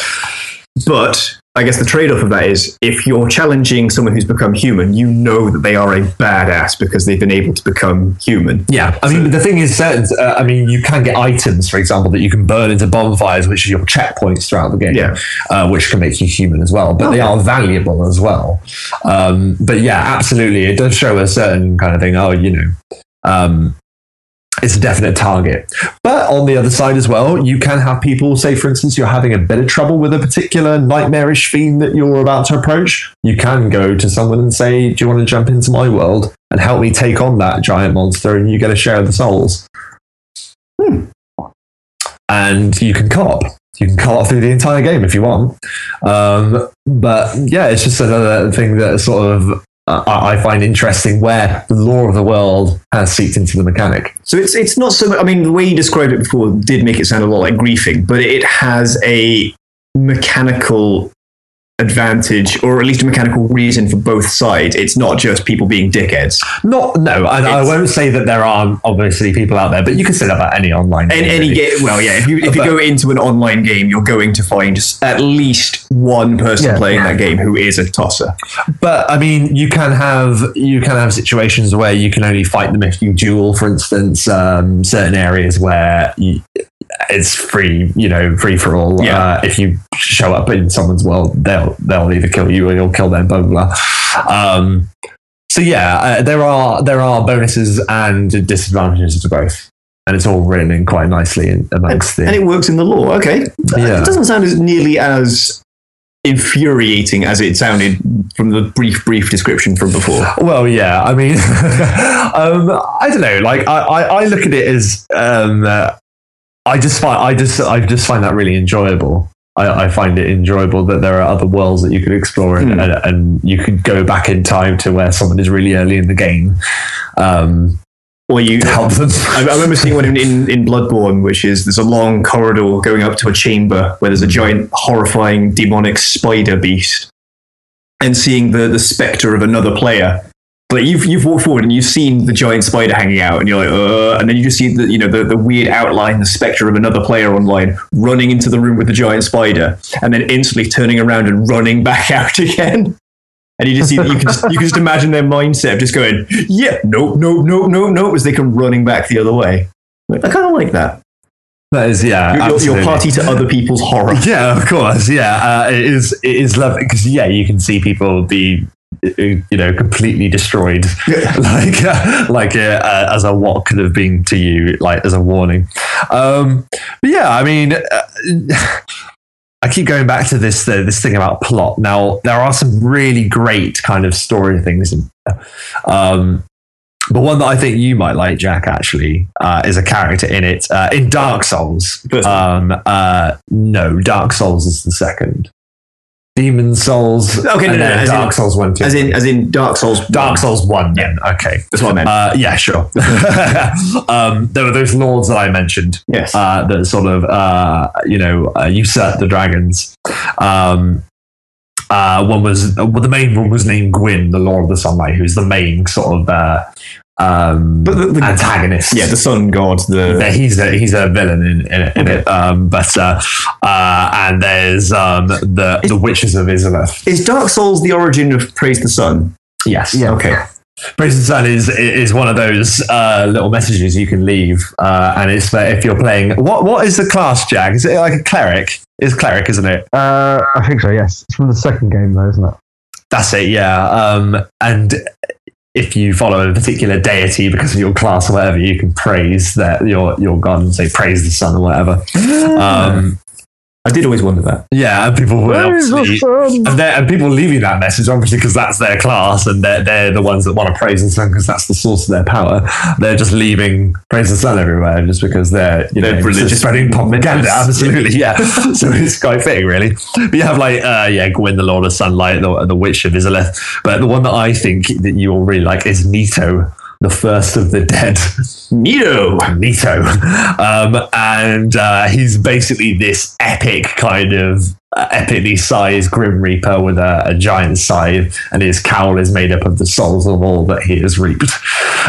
But I guess the trade-off of that is if you're challenging someone who's become human, you know that they are a badass because they've been able to become human. Yeah, I mean, but the thing is, certain. Uh, I mean, you can get items, for example, that you can burn into bonfires, which are your checkpoints throughout the game, Yeah. uh, which can make you human as well. But they are valuable as well. Um, but yeah, absolutely, it does show a certain kind of thing. Oh, you know, um, it's a definite target. But on the other side as well, you can have people say, for instance, you're having a bit of trouble with a particular nightmarish fiend that you're about to approach. You can go to someone and say, Do you want to jump into my world and help me take on that giant monster? And you get a share of the souls. Hmm. And you can co op. You can co op through the entire game if you want. Um, but yeah, it's just another thing that sort of. uh, I I find interesting where the law of the world has seeped into the mechanic. So it's it's not so much. I mean, the way you described it before did make it sound a lot like griefing, but it has a mechanical advantage, or at least a mechanical reason for both sides. It's not just people being dickheads. Not no, and I It's- won't say that there aren't obviously people out there, but you can say that about any online. And game, any really. game, well, yeah. If you if you But- go into an online game, you're going to find at least one person Yeah. playing that game who is a tosser. But I mean, you can have you can have situations where you can only fight them if you duel. For instance, um, certain areas where you, it's free, you know, free for all. Yeah. Uh, if you show up in someone's world, they'll they'll either kill you or you'll kill them. Blah blah. blah. Um, So yeah, uh, there are there are bonuses and disadvantages to both, and it's all written in quite nicely in, amongst the. and it works in the law. Okay, Yeah. it doesn't sound as nearly as infuriating as it sounded from the brief, brief description from before. Well, yeah. I mean, [LAUGHS] um, I don't know. Like, I, I, I look at it as um, uh, I just find I just I just find that really enjoyable. I, I find it enjoyable that there are other worlds that you could explore and, Hmm. and, and you could go back in time to where someone is really early in the game um, Or you to help them. I, I remember seeing one in, in, in Bloodborne, which is there's a long corridor going up to a chamber where there's a giant, horrifying, demonic spider beast, and seeing the, the specter of another player. But you've, you've walked forward and you've seen the giant spider hanging out, and you're like, uh, and then you just see the, you know, the, the weird outline, the specter of another player online running into the room with the giant spider, and then instantly turning around and running [LAUGHS] back out again. And you just see that you can just, you can just imagine their mindset of just going, yeah, nope, nope, nope, nope, nope, as they come running back the other way. Like, I kind of like that. [LAUGHS] That is, yeah, You're- You're, you're absolutely. party to other people's horror. [LAUGHS] Yeah, of course. Yeah, uh, it is. It is lovely because yeah, you can see people be uh, you know completely destroyed, [LAUGHS] like uh, like uh, uh, as a what could have been to you, like as a warning. Um, but yeah, I mean. Uh, I keep going back to this uh, this thing about plot. Now there are some really great kind of story things, in, um, but one that I think you might like, Jack, actually, uh, is a character in it uh, in Dark Souls. First Um, uh, no, Dark Souls is the second. Demon [LAUGHS] Okay, Souls. no, and no, then no, as Dark in- Souls one, two. As in, as in Dark Souls. Dark Souls one. Then okay. That's what I meant. Uh, yeah, sure. [LAUGHS] um, there were those lords that I mentioned yes. uh, that sort of uh, you know uh, usurp the dragons. Um, uh, one was well, the main one was named Gwyn, the Lord of the Sunlight, who's the main sort of uh, um, But the- the- antagonist. yeah, the sun god. The Yeah, he's a he's a villain in, in, in it, um, but uh, uh, and there's um, the the witches of Izalith. is Dark Souls the origin of Praise the Sun? Yes, Yeah. Okay. Praise the Sun is is one of those uh, little messages you can leave, uh, and it's for if you're playing. What what is the class, Jag? Is it like a cleric? It's cleric, isn't it? Uh, I think so. Yes, it's from the second game though, isn't it? That's it, yeah. Um, and if you follow a particular deity because of your class or whatever, you can praise that your your god and say praise the sun or whatever. Um, Ah. I did always wonder that. yeah, and people will obviously. And, they're- and people leaving that message, obviously, because that's their class and they're, they're the ones that want to praise the sun because that's the source of their power. They're just leaving praise the sun everywhere just because they're, you They're know, religious just spreading propaganda. fundamentalists. [LAUGHS] Absolutely, yeah. so it's quite fitting, really. But you have, like, uh, yeah, Gwyn, the Lord of Sunlight, the, the Witch of Izaleth. But the one that I think that you'll really like is Nito, the first of the dead. Neo. Magneto. Um, and uh, he's basically this epic kind of uh, epically sized Grim Reaper with a, a giant scythe, and his cowl is made up of the souls of all that he has reaped.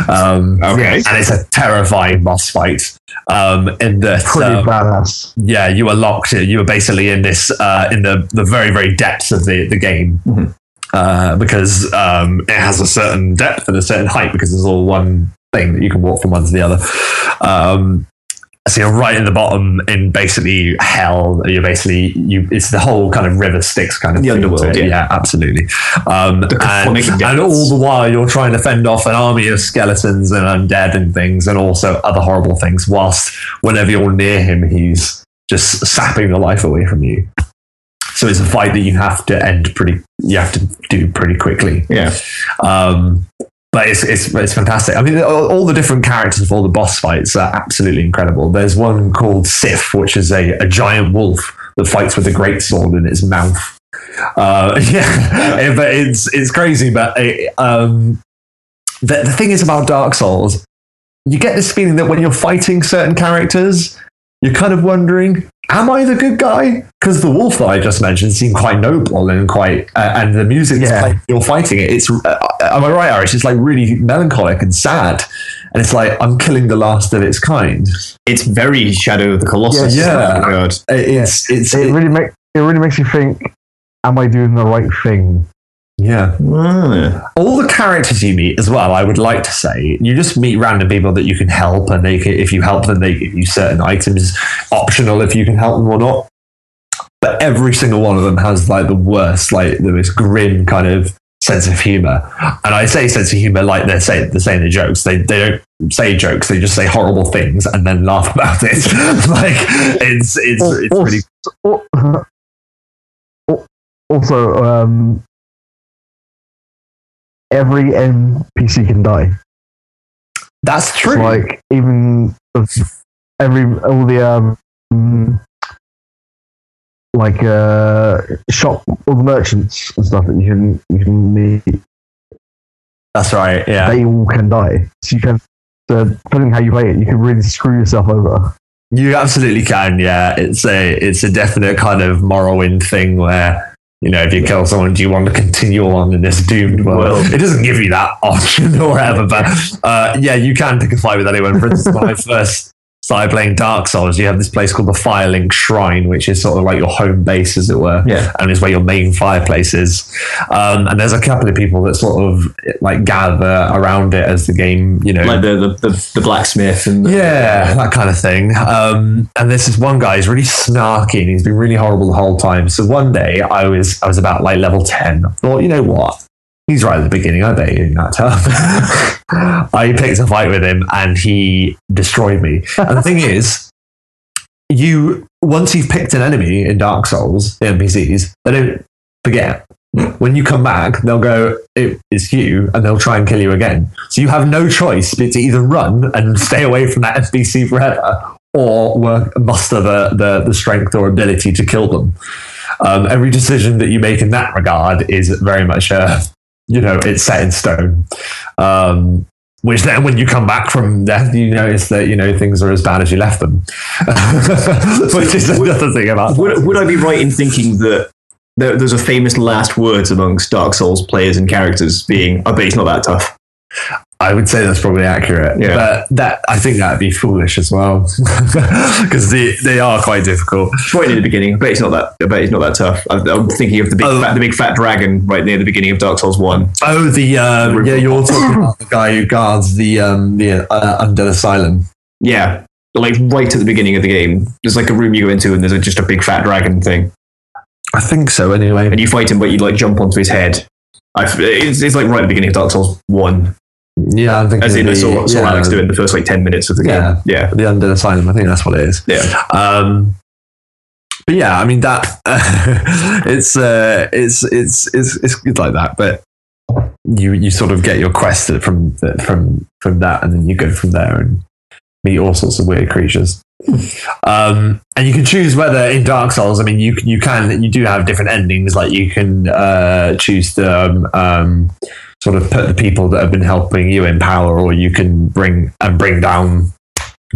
Um, Okay. and it's a terrifying boss fight. Um, in that, Pretty um, badass. yeah, you were locked. You were basically in this uh, in the the very very depths of the the game. Mhm. Uh, because um, it has a certain depth and a certain height because it's all one thing that you can walk from one to the other. Um, so you're right in the bottom in basically hell. You're basically you. It's the whole kind of river Styx kind of The feel to underworld, it. yeah. absolutely. Um, and, cacophonic and dance. all the while you're trying to fend off an army of skeletons and undead and things, and also other horrible things. Whilst whenever you're near him, he's just sapping the life away from you. So it's a fight that you have to end pretty. You have to do pretty quickly. Yeah. Um, but it's, it's it's fantastic. I mean, all, all the different characters for all the boss fights are absolutely incredible. There's one called Sif, which is a, a giant wolf that fights with a great sword in its mouth. Uh, [LAUGHS] yeah, it- but it's it's crazy. But it, um, the the thing is about Dark Souls, you get this feeling that when you're fighting certain characters, you're kind of wondering, am I the good guy? Because the wolf that I just mentioned seemed quite noble and quite, uh, and the music that's Yeah. playing when you're fighting it. It's uh, am I right, Irish? It's like really melancholic and sad, and it's like I'm killing the last of its kind. It's very Shadow of the Colossus. Yeah. Oh my God. It's it's It really make it really makes you think. Am I doing the right thing? yeah. Ah. all the characters you meet as well i would like to say you just meet random people that you can help and they can, if you help them they give you certain items optional if you can help them or not but every single one of them has like the worst like the most grim kind of sense of humor. And I say sense of humor like they're saying they're saying the jokes. They they don't say jokes. They just say horrible things and then laugh [LAUGHS] about it. like it's it's it's also, really al- also, um, every NPC can die. that's It's true. Like even the- every all the um, mm, like uh, shop all the merchants and stuff that you can you can meet. that's right. Yeah. They all can die. So you can. So depending how you play it, you can really screw yourself over. You absolutely can, yeah. It's a it's a definite kind of Morrowind thing where you know if you kill someone, do you want to continue on in this doomed world? World. It doesn't give you that option [LAUGHS] or whatever, but uh, yeah, you can pick a fight with anyone. For instance, when I first started playing Dark Souls, you have this place called the Firelink Shrine, which is sort of like your home base, as it were Yeah. and is where your main fireplace is. Um, and there's a couple of people that sort of like gather around it as the game, you know, Like the, the, the, the blacksmith and the, yeah, that kind of thing. Um, and this is one guy. He's really snarky. And he's been really horrible the whole time. So one day, I was I was about like level ten. I thought, you know what? He's right at the beginning. I bet he ain't that tough. [LAUGHS] I picked a fight with him, and he destroyed me. And the thing is, you once you've picked an enemy in Dark Souls, the NPCs, they don't forget. When you come back, they'll go, "It- it's you, and they'll try and kill you again. So you have no choice but to either run and stay away from that NPC forever or work, muster the, the, the strength or ability to kill them. Um, every decision that you make in that regard is very much, a, you know, it's set in stone. Um, which then when you come back from death, you notice that, you know, things are as bad as you left them. [LAUGHS] which is another thing about Would, would I be right in thinking that there, there's a famous last words amongst Dark Souls players and characters being, I bet he's not that tough. I would say that's probably accurate. Yeah. But that I think that'd be foolish as well. [LAUGHS] Because they, they are quite difficult. Right near the beginning, I bet he's not that. I bet he's not that tough. I, I'm thinking of the big, Oh. fat, the big fat dragon right near the beginning of Dark Souls One. Oh, the uh, River yeah, you're talking about the guy who guards the um, the uh, undead asylum. Yeah, like right at the beginning of the game, there's like a room you go into and there's a, just a big fat dragon thing, I think so. Anyway, and you fight him, but you like jump onto his head. i it's, it's like right at the beginning of Dark Souls One, yeah, I'm thinking as of in the, I saw, saw yeah, Alex do it in the first like ten minutes of the Yeah. game. Yeah, the undead asylum. I think that's what it is. yeah. Um, but yeah, I mean that [LAUGHS] it's uh, it's it's it's it's good like that. But you you sort of get your quest from from from that, and then you go from there and meet all sorts of weird creatures. Um, and you can choose whether in Dark Souls, I mean, you you can you do have different endings. Like you can uh, choose to um, um, sort of put the people that have been helping you in power, or you can bring and bring down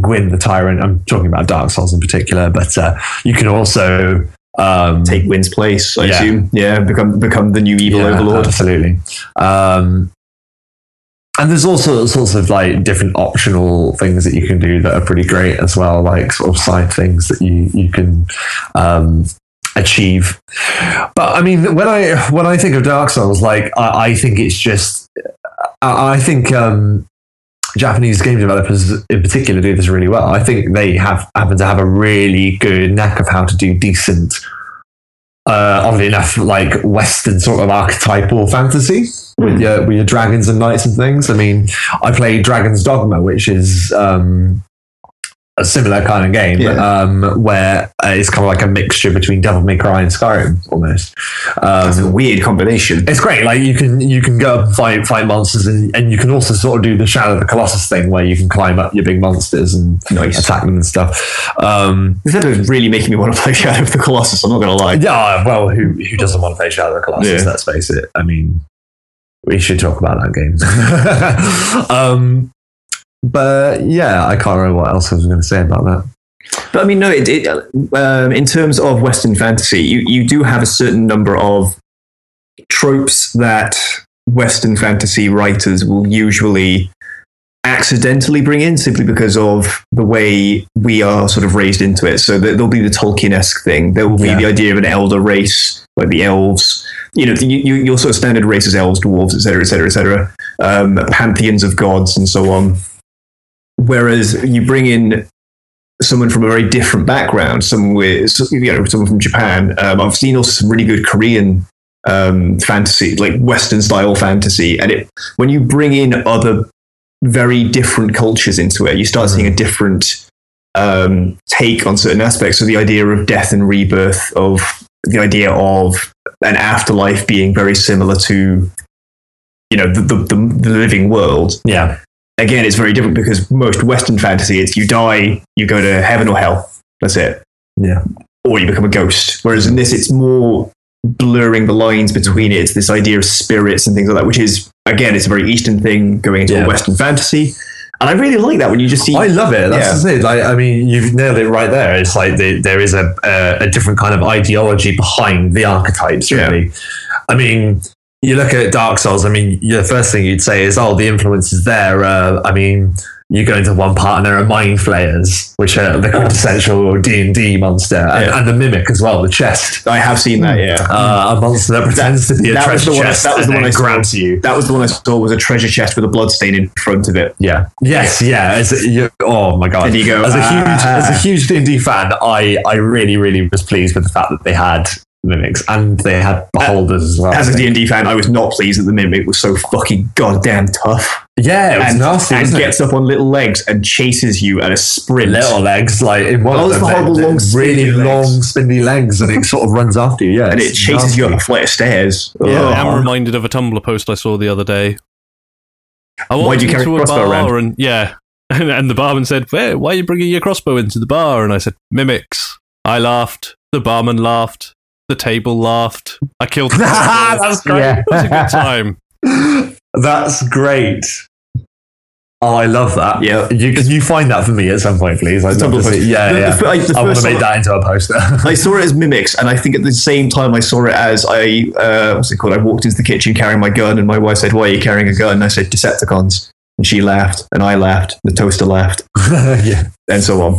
Gwyn the tyrant. I'm talking about Dark Souls in particular, but uh, you can also um, Take Wynn's place, I Yeah. assume. Yeah, become become the new evil yeah, overlord. Absolutely. Um, and there's also sorts of like different optional things that you can do that are pretty great as well, like sort of side things that you you can um, achieve. But I mean, when I when I think of Dark Souls, like I, I think it's just I, I think um, Japanese game developers in particular do this really well. I think they have happen to have a really good knack of how to do decent uh, oddly enough, like Western sort of archetypal fantasy with your with your dragons and knights and things. I mean, I played Dragon's Dogma, which is um, a similar kind of game, Yeah. um, where uh, it's kind of like a mixture between Devil May Cry and Skyrim almost. That's a Um, weird combination. it's great. Like you can you can go up and fight fight monsters, and, and you can also sort of do the Shadow of the Colossus thing, where you can climb up your big monsters and Nice. attack them and stuff. Um, This is really making me want to [LAUGHS] play Shadow of the Colossus. I'm not going to lie. Yeah, well, who who doesn't want to play Shadow of the Colossus? Yeah. Let's face it. I mean, we should talk about that game. [LAUGHS] um, but yeah, I can't remember what else I was going to say about that. But I mean, no. It, it, um, in terms of Western fantasy, you, you do have a certain number of tropes that Western fantasy writers will usually accidentally bring in simply because of the way we are sort of raised into it. So there- there'll be the Tolkien-esque thing. There will be Yeah. the idea of an elder race, like the elves. You know, the, you, you- your sort of standard races, elves, dwarves, etc., etc., etc. Um, pantheons of gods and so on. Whereas you bring in someone from a very different background, someone with you know someone from Japan. Um, I've seen also some really good Korean um, fantasy, like Western style fantasy. And it when you bring in other very different cultures into it, you start seeing a different um, take on certain aspects. So the idea of death and rebirth, of the idea of an afterlife being very similar to you know the, the, the, the living world Yeah. again, it's very different because most Western fantasy, it's you die, you go to heaven or hell. That's it. Yeah. Or you become a ghost. Whereas in this, it's more blurring the lines between it. It's this idea of spirits and things like that, which is, again, it's a very Eastern thing going into Yeah. a Western fantasy. And I really like that when you just see. I love it. That's Yeah. the thing. Like, I mean, you've nailed it right there. It's like the, there is a, a a different kind of ideology behind the archetypes. Yeah. Really, I mean, you look at Dark Souls. I mean, the first thing you'd say is, oh, the influence is there. Uh, I mean, you go into one part and there are mind flayers, which are the quintessential D and D monster, and, Yeah. and the mimic as well, the chest. I have seen that, yeah. Uh, a monster that pretends to be a that was treasure the one- chest that was and the one then I saw. grabs you. That was the one I saw was a treasure chest with a blood stain in front of it. Yeah. Yes. Yeah. As a, you, oh my god. And you go, as a huge [LAUGHS] "Ah." as a huge D and D fan, I I really really was pleased with the fact that they had mimics and they had beholders as well. Uh, As a D&D fan, I was not pleased that the mimic was so fucking goddamn tough. yeah, it was and nasty. and wasn't it? gets up on little legs and chases you at a sprint. little legs, like in one Oh, of it's them, the they- horrible they're long, really spindly legs. long, spindly legs, and it sort of runs after you. Yeah, and it it's chases you up a nasty. flight of stairs. Oh. Yeah, Ugh. I am reminded of a Tumblr post I saw the other day. I Why'd walked you carry into a a crossbow bar around? and yeah, [LAUGHS] and, and the barman said, hey, "Why are you bringing your crossbow into the bar?" And I said, "Mimics." I laughed. The barman laughed. The table laughed. I [LAUGHS] killed. The crossbow. That's great. Yeah. it was a good time. That's great. Oh, I love that. Yeah. you can you find that for me at some point, please? I'd The love to Tumblr see- post. Yeah, The- yeah. the- like, the I want to first make one- that into a poster. I saw it as mimics, and I think at the same time I saw it as I uh, what's it called? I walked into the kitchen carrying my gun, and my wife said, "Why are you carrying a gun?" And I said, "Decepticons," and she laughed, and I laughed, the toaster laughed, [LAUGHS] yeah, and so on.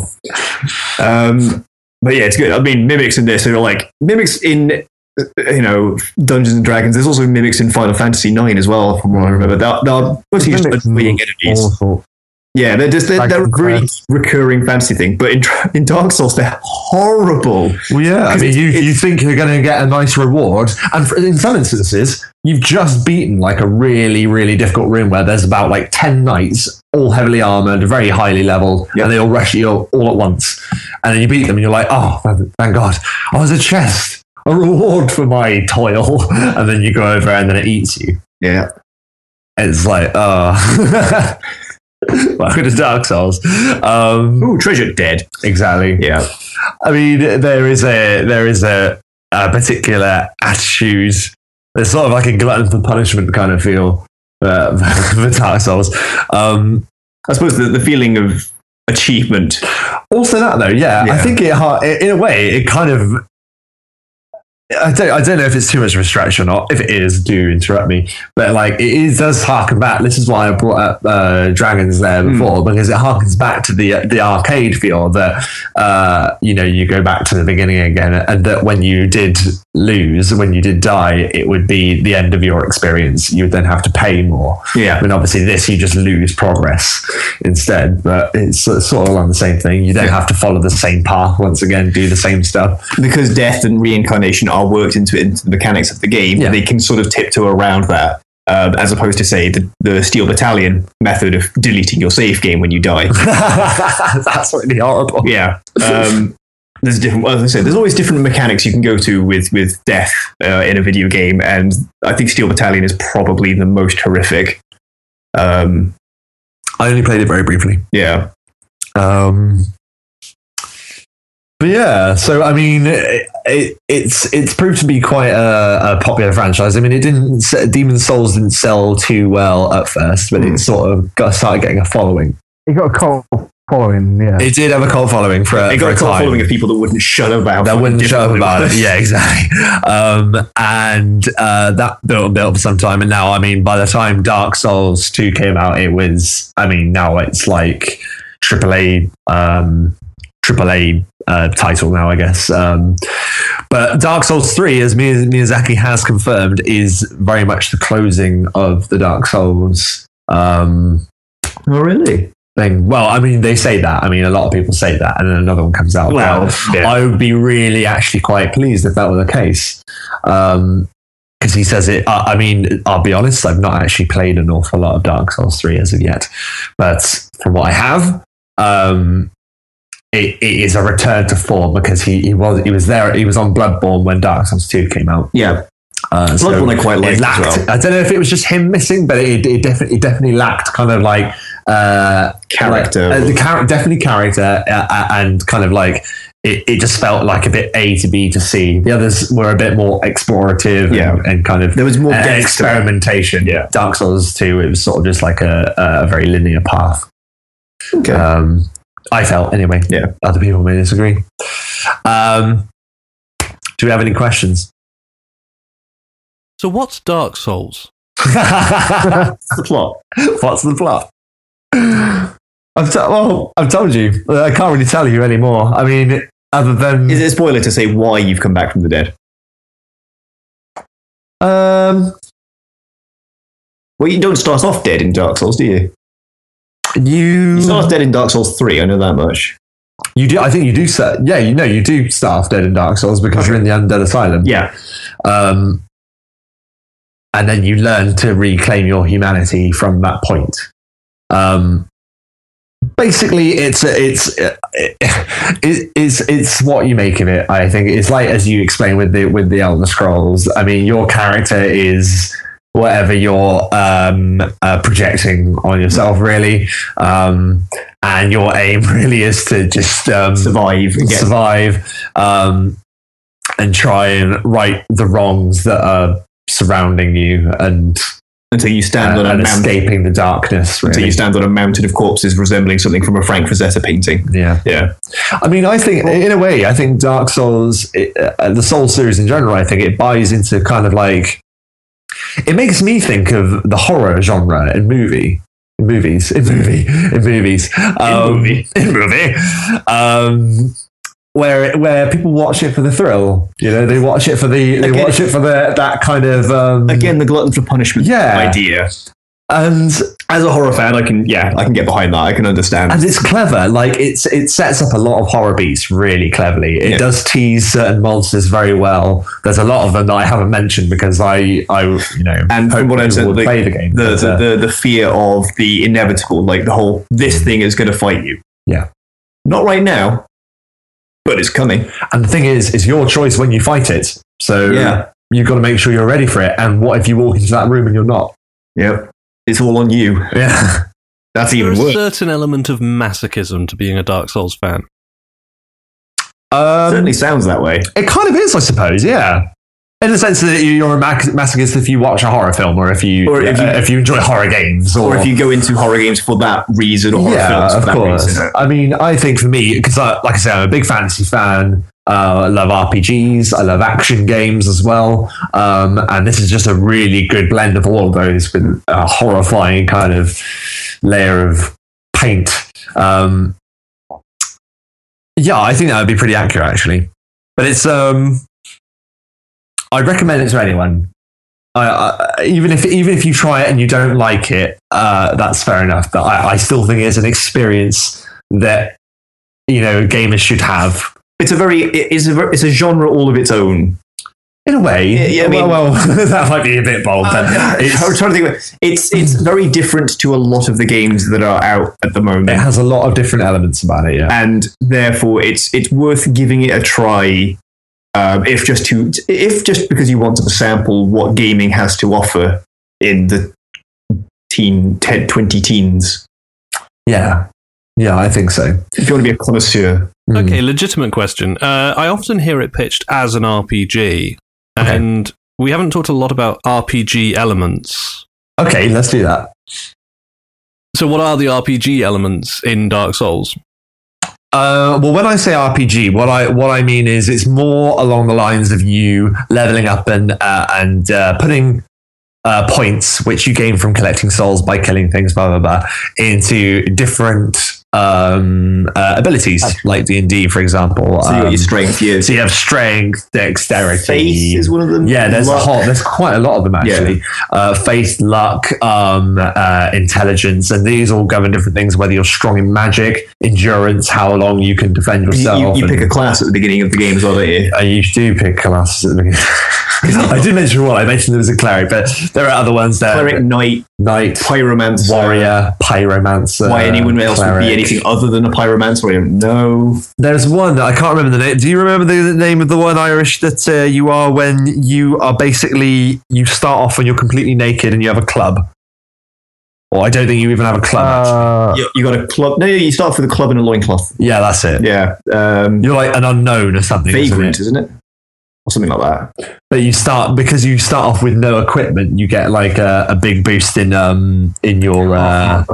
Um, but yeah, it's good. I mean, mimics in this are like mimics in uh, you know Dungeons and Dragons. There's also mimics in Final Fantasy IX as well, from what I remember. They're, they're mostly just Mimics annoying are enemies. Awful. Yeah, they're just they're, Dragon they're a really Quest. recurring fantasy thing. But in, [LAUGHS] in Dark Souls, they're horrible. well, yeah. I Because mean, you, it's- you think you're going to get a nice reward, and for, in some instances, you've just beaten like a really, really difficult room where there's about like ten knights, all heavily armored, very highly leveled, Yeah. and they all rush at you all at once, and then you beat them, and you're like, oh, thank- thank God, oh, there's a chest, a reward for my toil, [LAUGHS] and then you go over and then it eats you. Yeah, It's like, [LAUGHS] oh. Welcome to Dark Souls. Um, ooh, treasure dead. Exactly. Yeah, I mean, there is a there is a, a particular attitude. There's sort of like a glutton for punishment kind of feel uh, for [LAUGHS] Dark Souls. Um, I suppose the, the feeling of achievement. also, that though, yeah, I Yeah. think it har- i- in a way it kind of. I don't, I don't know if it's too much of a stretch or not. If it is, do interrupt me. But like, it is, does harken back. This is why I brought up uh, Dragons there Hmm. before because it harkens back to the the arcade feel that uh, you know, you go back to the beginning again, and that when you did lose, when you did die, it would be the end of your experience. You would then have to pay more. I Yeah, mean, obviously, this you just lose progress instead, but it's sort sort of along the same thing. You don't have to follow the same path once again, do the same stuff. [LAUGHS] because death and reincarnation are worked into, into the mechanics of the game. Yeah. They can sort of tiptoe around that, um, as opposed to say the, the Steel Battalion method of deleting your save game when you die. That's absolutely horrible. yeah. Um, there's different. Well, as I said, there's always different mechanics you can go to with with death uh, in a video game, and I think Steel Battalion is probably the most horrific. Um, I only played it very briefly. yeah, Um, but yeah, so I mean, it, it, it's it's proved to be quite a, a popular franchise. I mean, it didn't s- Demon Souls didn't sell too well at first, but Hmm. it sort of got started getting a following. He got a cult following. Yeah. It did have a cult following for, a- it for got a a cult time. following of people that wouldn't shut up about that wouldn't different shut up about [LAUGHS] it. things. Yeah, exactly. Um, and uh, that built built for some time. And now, I mean, by the time Dark Souls Two came out, it was. I mean, now it's like AAA, um, AAA uh, title now, I guess. Um, but Dark Souls Three, as Mi- Miyazaki has confirmed, is very much the closing of the Dark Souls. Um, Oh, really? thing. Well, I mean, they say that. I mean, a lot of people say that, and then another one comes out. Well, yeah. I would be really actually quite pleased if that were the case. Um, because he says it. I, I mean, I'll be honest, I've not actually played an awful lot of Dark Souls 3 as of yet, but from what I have, um, it, it is a return to form because he, he was he was there he was on Bloodborne when Dark Souls 2 came out. Yeah, Uh, so Bloodborne I quite it like. lacked. As well. I don't know if it was just him missing, but it, it definitely it definitely lacked kind of like uh, Character. like, uh, the char- definitely character, uh, uh, and kind of like it, it just felt like a bit A to B to C. The others were a bit more explorative, Yeah. and, and kind of There was more and depth to it. experimentation. Yeah. Dark Souls Two, it was sort of just like a, a very linear path. Okay. Um, I felt anyway. Yeah. Other people may disagree. Um, do we have any questions? [LAUGHS] So what's Dark Souls? What's the plot? What's the plot? I've t- well, I've told you. I can't really tell you anymore. I mean, other than Is it a spoiler to say why you've come back from the dead? um, Well, you don't start off dead in Dark Souls, do you? you Mm. You start off dead in Dark Souls 3, I know that much. you do. I think you do. Start, yeah, you know, you do start off dead in Dark Souls because you're in the undead asylum. Yeah. Um, and then you learn to reclaim your humanity from that point. Um, basically, it's it's it, it's it's what you make of it. I think it's like as you explained with the with the Elder Scrolls. I mean, your character is whatever you're um, uh, projecting on yourself, really. Um, and your aim [LAUGHS] really is to just um, Survive and get survive um, and try and right the wrongs that are surrounding you and, uh, until you stand and, on a mountain. escaping the darkness. Until really. you stand on a mountain of corpses resembling something from a Frank Frazetta painting. yeah, Yeah. I mean, I think in a way, I think Dark Souls, it, uh, the Soul series in general, I think it buys into kind of like it makes me think of the horror genre in movie. In movies, in movie, in movies, um, movie. [LAUGHS] in movie, um, where where people watch it for the thrill, you know, they watch it for the they Again- watch it for the that kind of um, Again, the glutton for punishment Yeah. idea. and As a horror fan, I can, yeah, I can get behind that. I can understand. and it's clever. Like it's it sets up a lot of horror beats really cleverly. It Yeah. does tease certain monsters very well. There's a lot of them that I haven't mentioned because I I you know And hope from what I've people said, would the- play the game. the, But, uh, the, the, the fear of the inevitable, like the whole this thing is going to fight you. Mm. Yeah. Not right now, but it's coming. and the thing is, it's your choice when you fight it. So Yeah. you've got to make sure you're ready for it. And what if you walk into that room and you're not? Yep. It's all on you. [LAUGHS] Yeah. That's Is there even a worse. certain element of masochism to being a Dark Souls fan? Um, certainly sounds that way. it kind of is, I suppose. Yeah. In the sense that you're a mas- masochist if you watch a horror film, or if you, uh, Or if you- if you enjoy horror games, or, Or if you go into horror games for that reason, or horror films for of that course. reason. I mean, I think for me, because I, like I say, I'm a big fantasy fan. Uh, I love RPGs. I love action games as well. Um, and this is just a really good blend of all of those with a horrifying kind of layer of paint. Um, yeah, I think that would be pretty accurate, actually. But it's, um, I'd recommend it to anyone. I, I, even if even if you try it and you don't like it, uh, that's fair enough. But I, I still think it's an experience that you know gamers should have It's a very it is a ver- it's a genre all of its own. in a way. Yeah, yeah, I mean- well, well, [LAUGHS] that might be a bit bold, but I'm Uh, it's, trying to think. Of it. It's it's very different to a lot of the games that are out at the moment, it has a lot of different elements about it. Yeah, and therefore it's it's worth giving it a try. Um, if just to if just because you want to sample what gaming has to offer in the teen 10, 20 teens, yeah, yeah. I think so. if you want to be a connoisseur, Mm. Okay, legitimate question. Uh, I often hear it pitched as an RPG, Okay. and we haven't talked a lot about RPG elements. okay, let's do that. So, what are the RPG elements in Dark Souls? Uh, well, when I say RPG, what I what I mean is it's more along the lines of you leveling up and uh, and uh, putting uh, points which you gain from collecting souls by killing things, blah blah blah, into different um, uh, abilities, like D and D, for example. See what Um, your strength is. so you have strength, dexterity, Face is one of them. yeah, there's a Luck. whole, there's quite a lot of them actually. Uh, faith, luck, um, uh, intelligence, and these all govern different things. Whether you're strong in magic, endurance, how long you can defend You, yourself. you, you and- pick a class at the beginning of the game as well, don't you? [LAUGHS] uh, you do pick classes at the beginning. [LAUGHS] I did mention one. I mentioned there was a cleric, but there are other ones there. Cleric, knight, knight, pyromancer. warrior, pyromancer. Why anyone else would cleric. be anything other than a pyromancer? I don't know. There's one that I can't remember the name. Do you remember the, the name of the one Irish that uh, you are when you are basically you start off when you're completely naked and you have a club? Or I don't think you even have a club. Uh, You, you got a club. No, you start off with a club and a loincloth. yeah, that's it. Yeah. Um, You're like an unknown or something. isn't vagrant, it? isn't it? Or something like that. But you start because you start off with no equipment. You get like a, a big boost in um in your uh,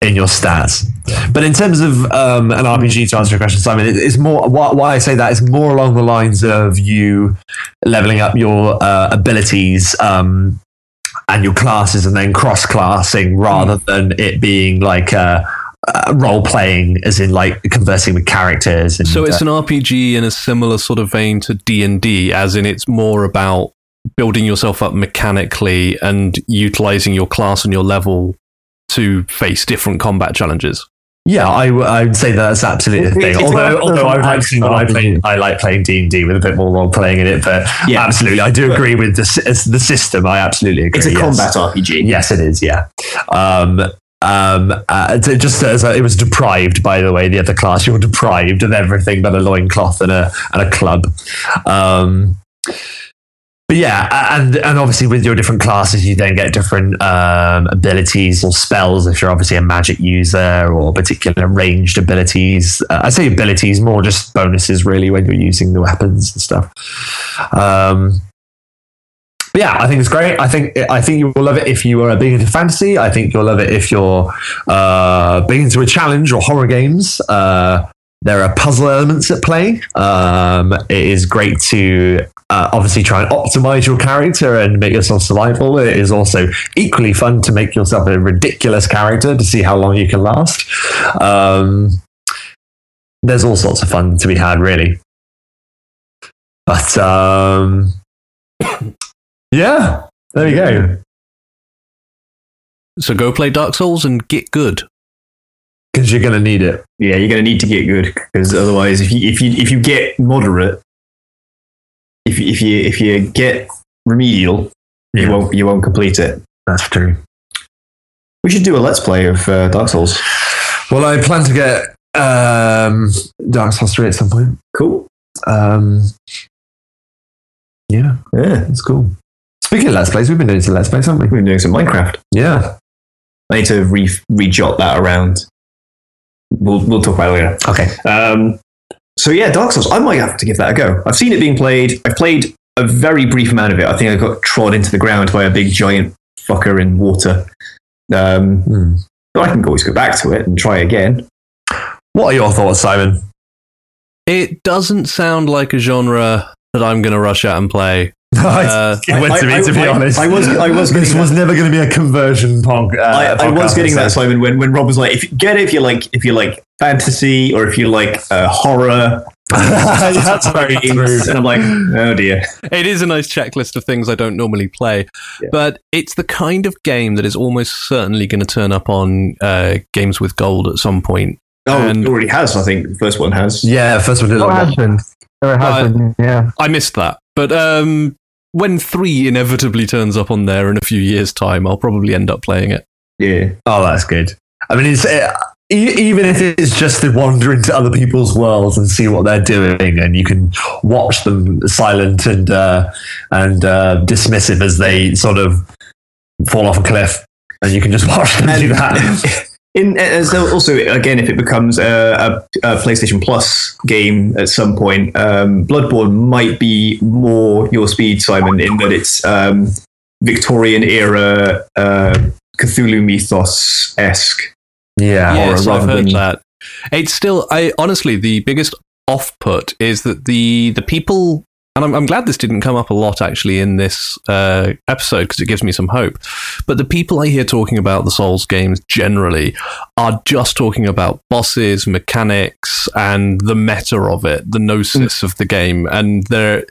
in your stats. But in terms of um, Hmm. an RPG, to answer your question, Simon, it, it's more why, why I say that is more along the lines of you leveling up your uh, abilities um, and your classes, and then cross Hmm. classing rather than it being like uh, uh, role playing, as in like conversing with characters. And, So uh, it's an RPG in a similar sort of vein to D and D, as in it's more about building yourself up mechanically and utilizing your class and your level to face different combat challenges. Yeah, I, w- I would say that's absolutely the It- thing. it's Although, rather although I would than like to think that I action play, I like playing D and D with a bit more role playing in it. But Yeah. absolutely, I do But- agree with the sy- the system. I absolutely agree. It's a yes. combat RPG. Yes, it is. Yeah. Um, um, uh, so just as a, it was deprived, by the way, the other class, you're deprived of everything but a loincloth and a, and a club. Um, but yeah, a- and, and obviously with your different classes, you then get different um, abilities or spells if you're obviously a magic user or particular ranged abilities. Uh, I say abilities, more just bonuses really when you're using the weapons and stuff. Um, but yeah, I think it's great. I think I think you will love it if you are big into fantasy. I think you'll love it if you're uh, big into a challenge or horror games. Uh, there are puzzle elements at play. Um, it is great to uh, obviously try and optimize your character and make yourself survival. It is also equally fun to make yourself a ridiculous character to see how long you can last. Um, there's all sorts of fun to be had, really. But um, [COUGHS] yeah, there you go. So go play Dark Souls and get good. Because you're going to need it. Yeah, you're going to need to get good because otherwise, if you if you if you get moderate, if you, if you if you get remedial, Yeah. you won't you won't complete it. That's true. We should do a let's play of uh, Dark Souls. Well, I plan to get um, Dark Souls 3 at some point. Cool. Um, yeah, Yeah, it's cool. Speaking of Let's Plays, we've been doing some Let's Plays, haven't we? we've been doing some Minecraft. Yeah. I need to re rejot that around. We'll we'll talk about it later. Okay. Um, so yeah, Dark Souls. I might have to give that a go. I've seen it being played. I've played a very brief amount of it. I think I got trod into the ground by a big giant fucker in water. Um, Hmm. but I can always go back to it and try again. What are your thoughts, Simon? [LAUGHS] It doesn't sound like a genre that I'm going to rush out and play. Uh, it went to I- me, I- to be I- honest. I was- I was [LAUGHS] this getting was never going to be a conversion pong. Uh, I, I was podcast, getting that so- Simon when when Rob was like, if, "Get it if you like if you like fantasy or if you like uh, [LAUGHS] horror." [LAUGHS] That's very true. and I'm like, "Oh dear." It is a nice checklist of things I don't normally play, Yeah. but it's the kind of game that is almost certainly going to turn up on uh, Games with Gold at some point. Oh, And- it already has. I think the first one has. Yeah, first one did a there lot. has been. There has Uh, been, yeah. I missed that. But um, when 3 inevitably turns up on there in a few years' time, I'll probably end up playing it. Yeah. Oh, that's good. I mean, it's uh, e- even if it's just to wander into other people's worlds and see what they're doing, and you can watch them silent and uh, and uh, dismissive as they sort of fall off a cliff, and you can just [LAUGHS] watch them do [LAUGHS] that. [LAUGHS] In, and so also again, if it becomes a, a, a PlayStation Plus game at some point, um, Bloodborne might be more your speed, Simon, in that it's um, Victorian era uh, Cthulhu mythos esque. Yeah, yes, horror I've rather heard than- that. It's still, I honestly, the biggest off put is that the the people and I'm, I'm glad this didn't come up a lot actually in this uh, episode because it gives me some hope. But the people I hear talking about the Souls games generally are just talking about bosses, mechanics, and the meta of it, the gnosis of the game, and they're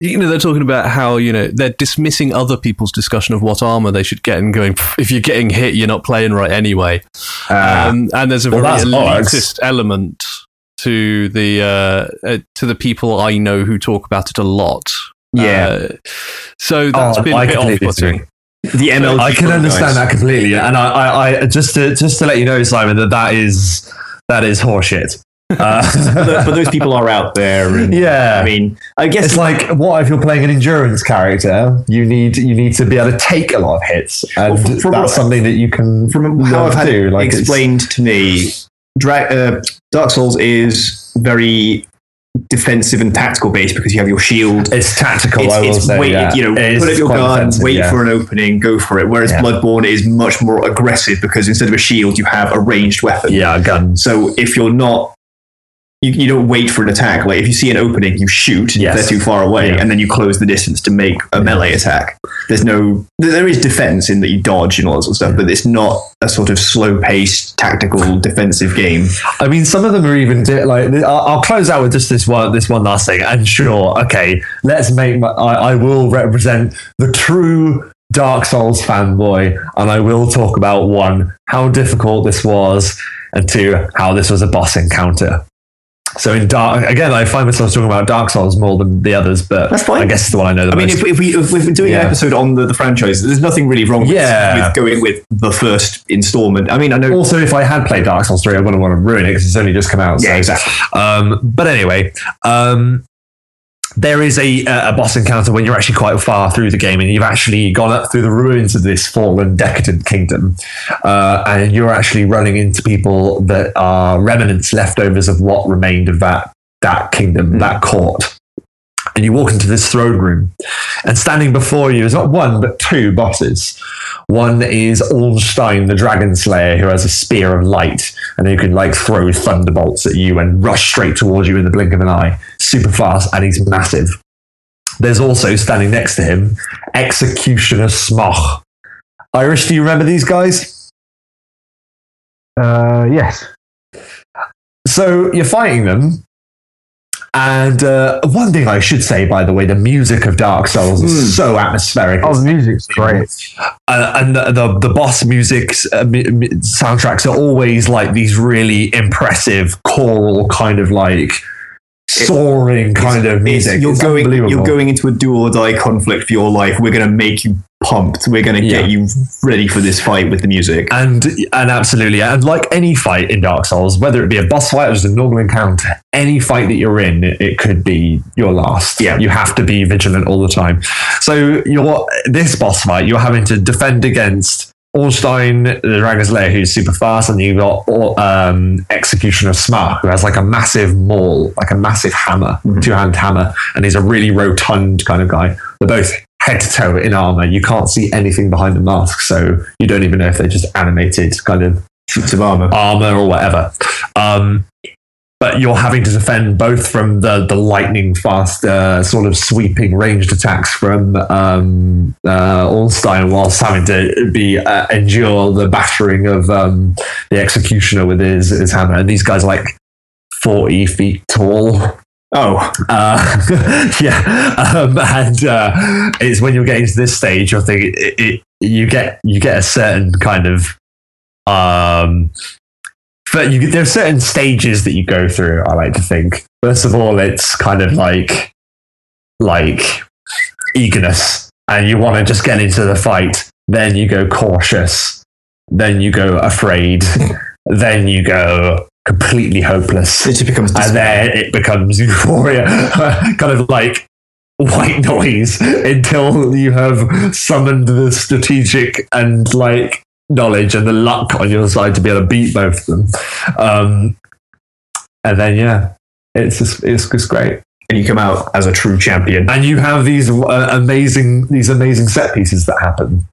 you know they're talking about how you know they're dismissing other people's discussion of what armor they should get and going "Pff, if you're getting hit you're not playing right anyway Ah. um, and there's a Well, very that's bollocks. elitist element to the uh, uh, to the people I know who talk about it a lot. Uh, so [LAUGHS] that's Oh, been a I bit completely off-putting. disagree. the MLG. I can understand that completely, and I, I, I just to just to let you know, Simon, that that is that [LAUGHS] is horseshit. but, but Uh, [LAUGHS] those people are out there. And, yeah, I mean, I guess it's like what if you're playing an endurance character? You need you need to be able to take a lot of hits, Well, and uh, from- from that's what- something that you can from how learn I've to had do, it like, it's- explained to me, Dra- uh, Dark Souls is very defensive and tactical based because you have your shield. It's tactical. It's, I will it's say, wait, yeah. you know, It is put up your quite gun, offensive, wait yeah. for an opening, go for it. Whereas Yeah. Bloodborne is much more aggressive because instead of a shield, you have a ranged weapon. yeah, guns. So if you're not, you, you don't wait for an attack. Like if you see an opening, you shoot. Yes. If they're too far away, Yeah. and then you close the distance to make a melee attack. There's no, there- there is defense in that you dodge and all that sort of stuff, but it's not a sort of slow-paced tactical defensive game. I mean, some of them are even di- like. th- I'll, I'll close out with just this one, this one last thing. And sure, okay, let's make. My, I, I will represent the true Dark Souls fanboy, and I will talk about one how difficult this was, and two how this was a boss encounter. So in Dark, again, I find myself talking about Dark Souls more than the others, but That's fine. I guess it's the one I know the I mean, most. if, if we if we're doing an Yeah. episode on the, the franchise, there's nothing really wrong with, Yeah. with going with the first installment. I mean, I know. also, if I had played Dark Souls 3, I wouldn't want to ruin it because it's only just come out. so- yeah, exactly. Um, but anyway, um, there is a, a boss encounter when you're actually quite far through the game and you've actually gone up through the ruins of this fallen, decadent kingdom. Uh, and you're actually running into people that are remnants, leftovers of what remained of that, that kingdom, Mm. that court. And you walk into this throne room, and standing before you is not one, but two bosses. One is Ulstein, the dragon slayer, who has a spear of light and who can like throw thunderbolts at you and rush straight towards you in the blink of an eye, super fast, and he's massive. There's also standing next to him, Executioner Smoch. Irish, do you remember these guys? Uh, yes. So you're fighting them. And uh, one thing I should say, by the way, the music of Dark Souls is Hmm. so atmospheric. Oh, It's the music's great. uh, and the, the the boss music uh, mi- mi- soundtracks are always like these really impressive choral kind of like soaring kind of music. It's- You're It's going. You're unbelievable. going into a do or die conflict for your life. We're going to make you pumped. We're going to Yeah. get you ready for this fight with the music. and and absolutely and like any fight in Dark Souls, whether it be a boss fight or just a normal encounter, any fight that you're in, it, it could be your last. Yeah. you have to be vigilant all the time. So you're this boss fight, you're having to defend against Ornstein, the Dragon's Lair, who's super fast, and you've got um, Executioner Smart, who has like a massive maul, like a massive hammer, Mhm. two hand hammer, and he's a really rotund kind of guy. They're both head to toe in armor. You can't see anything behind the mask, so you don't even know if they're just animated kind of Sheets of armor. armor or whatever. Um, but you're having to defend both from the, the lightning fast, uh, sort of sweeping ranged attacks from um, uh, Ornstein, whilst having to be uh, endure the battering of um, the executioner with his, his hammer. And these guys are like 40 feet tall. Oh, Uh, [LAUGHS] yeah, um, and uh, it's when you're getting to this stage, you're thinking it, it, you get you get a certain kind of um, but you, there are certain stages that you go through. I like to think. First of all, it's kind of like like eagerness, and you want to just get into the fight. Then you go cautious. Then you go afraid. then you go completely hopeless it just becomes. and then it becomes [LAUGHS] euphoria, kind of like white noise until you have summoned the strategic and like knowledge and the luck on your side to be able to beat both of them. Um, and then yeah, it's just, it's just great. and you come out as a true champion. And you have these uh, amazing these amazing set pieces that happen.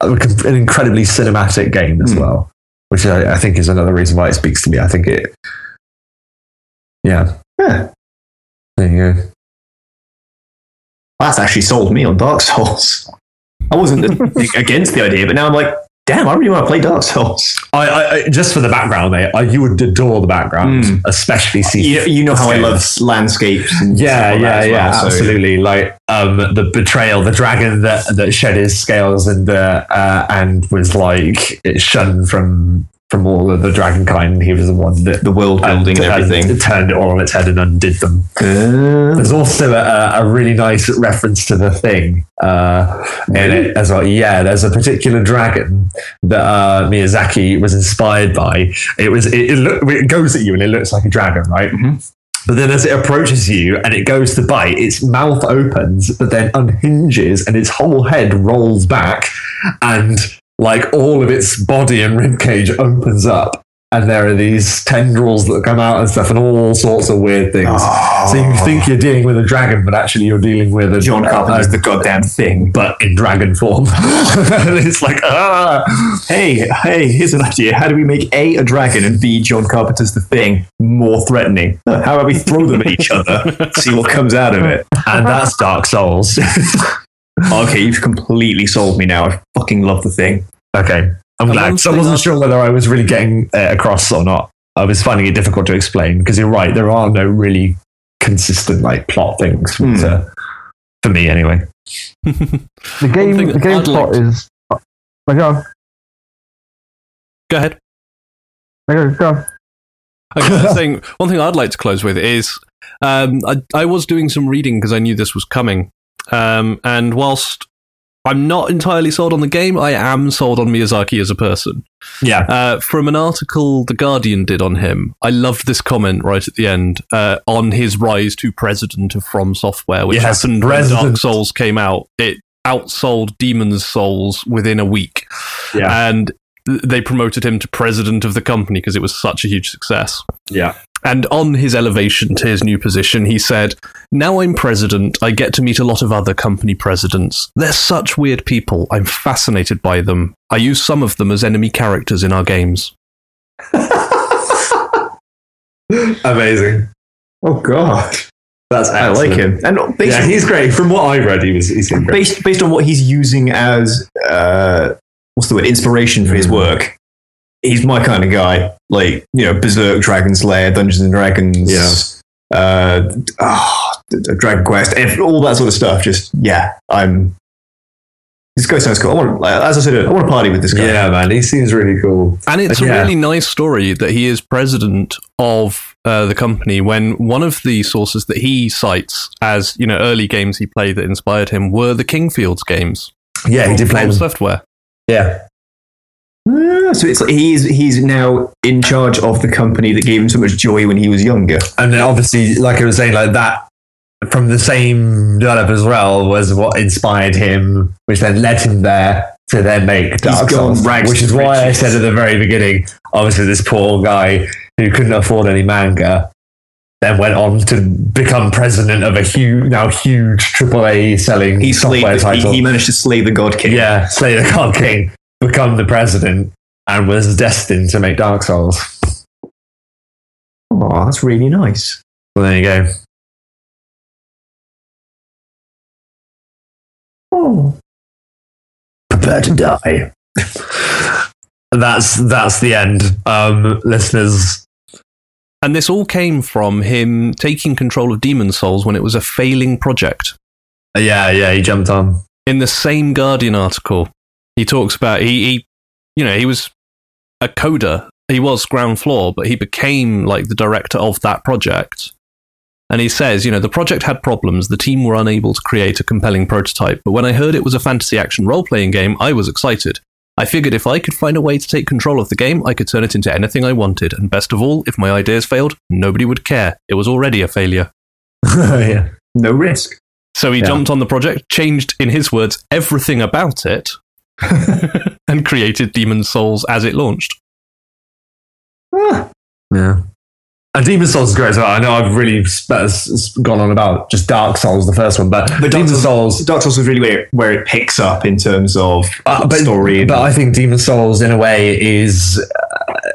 Uh, An incredibly cinematic game as Hmm. well, which I, I think is another reason why it speaks to me. I think it, yeah, Yeah. there you go. that's actually sold me on Dark Souls. I [LAUGHS] wasn't against the idea, but now I'm like, damn, I really want to play Dark Souls. I, I, I just for the background, mate. I, you would adore the background, Mm. especially see. You, you know how I love landscapes. And Yeah, stuff like Uh, yeah, that as yeah, well, so- absolutely. Like um, the betrayal, the dragon that that shed his scales and the uh, and was like shunned from from all of the dragon kind. He was the one that The world building and and everything. turned it all on its head and undid them. There's also a, a really nice reference to the thing uh, in it as well. Yeah, there's a particular dragon that uh, Miyazaki was inspired by. It was it, it, look, it goes at you and it looks like a dragon, right? Mhm. But then as it approaches you and it goes to bite, its mouth opens, but then unhinges and its whole head rolls back and like all of its body and ribcage opens up. And there are these tendrils that come out and stuff and all sorts of weird things. Oh. So you think you're dealing with a dragon, but actually you're dealing with a John Carpenter's uh, the goddamn thing. but in dragon form. [LAUGHS] and it's like ah, Hey, hey, here's an idea. How do we make A, a dragon, and B, John Carpenter's the thing more threatening? Huh, How about we throw them at each other, [LAUGHS] see what comes out of it? and that's Dark Souls. Okay, you've completely [LAUGHS] sold me now. I fucking love the thing. okay, I'm And glad. one 'cause I thing wasn't I- sure whether I was really getting uh, across or not. I was finding it difficult to explain because you're right. There are no really consistent like plot things Hmm. to, for me anyway. [LAUGHS] The game, thing the that game I'd plot like is. Oh, my God, Go ahead. my God, go. on. Okay, one thing, one thing I'd like to close with is um, I, I was doing some reading because I knew this was coming. Um, and whilst I'm not entirely sold on the game, I am sold on Miyazaki as a person. Yeah, Uh, from an article The Guardian did on him, I loved this comment right at the end uh, on his rise to president of From Software, which Yes, happened when Dark president. Souls came out. It outsold Demon's Souls within a week. Yeah. And th- they promoted him to president of the company because it was such a huge success. yeah. And on his elevation to his new position, he said, Now I'm president, I get to meet a lot of other company presidents. They're such weird people. I'm fascinated by them. I use some of them as enemy characters in our games. Amazing. Oh, God. That's I like him. And based, Yeah, he's great. From what I read, he was he's great. based, based on what he's using as, uh, what's the word, inspiration for his Mm. work, he's my kind of guy. Like, you know, Berserk, Dragon's Lair, Dungeons and Dragons, Yeah. uh, ah, Dragon Quest, ev- all that sort of stuff. Just, yeah, I'm. This guy sounds cool. I want, as I said, I want to party with this guy. Yeah, man, he seems really cool. And it's Yeah. a really nice story that he is president of uh, the company when one of the sources that he cites as, you know, early games he played that inspired him were the Kingfields games. Yeah, he from did play. From them. software. Yeah, Ah, So it's like he's he's now in charge of the company that gave him so much joy when he was younger. and then obviously, like I was saying, like that from the same developer as well was what inspired him, which then led him there to then make Dark gone Souls, rags which to is why I riches. said at the very beginning, obviously, this poor guy who couldn't afford any manga. Then went on to become president of a huge, now huge AAA selling He slayed. software the- title. He, he managed to slay the god king. yeah, slay the God [LAUGHS] King, become the president, and was destined to make Dark Souls. Oh, that's really nice. Well, there you go. Oh, Prepare to die. [LAUGHS] that's that's the end, um, listeners. And this all came from him taking control of Demon Souls when it was a failing project. Yeah, yeah, he jumped on. in the same Guardian article, he talks about he, he you know, he was a coder. He was ground floor, but he became like the director of that project. And he says, you know, the project had problems. The team were unable to create a compelling prototype. But when I heard it was a fantasy action role playing game, I was excited. I figured if I could find a way to take control of the game, I could turn it into anything I wanted. And best of all, if my ideas failed, nobody would care. It was already a failure. [LAUGHS] yeah. no risk. So he Yeah. jumped on the project, changed, in his words, everything about it, and created Demon Souls as it launched. Ah, Yeah. And Demon Souls is great as well. I know I've really sp- s- s- gone on about just Dark Souls, the first one, but, But Demon Dark Souls Dark Souls was really where, where it picks up in terms of Uh, but, story. and- But I think Demon Souls, in a way, is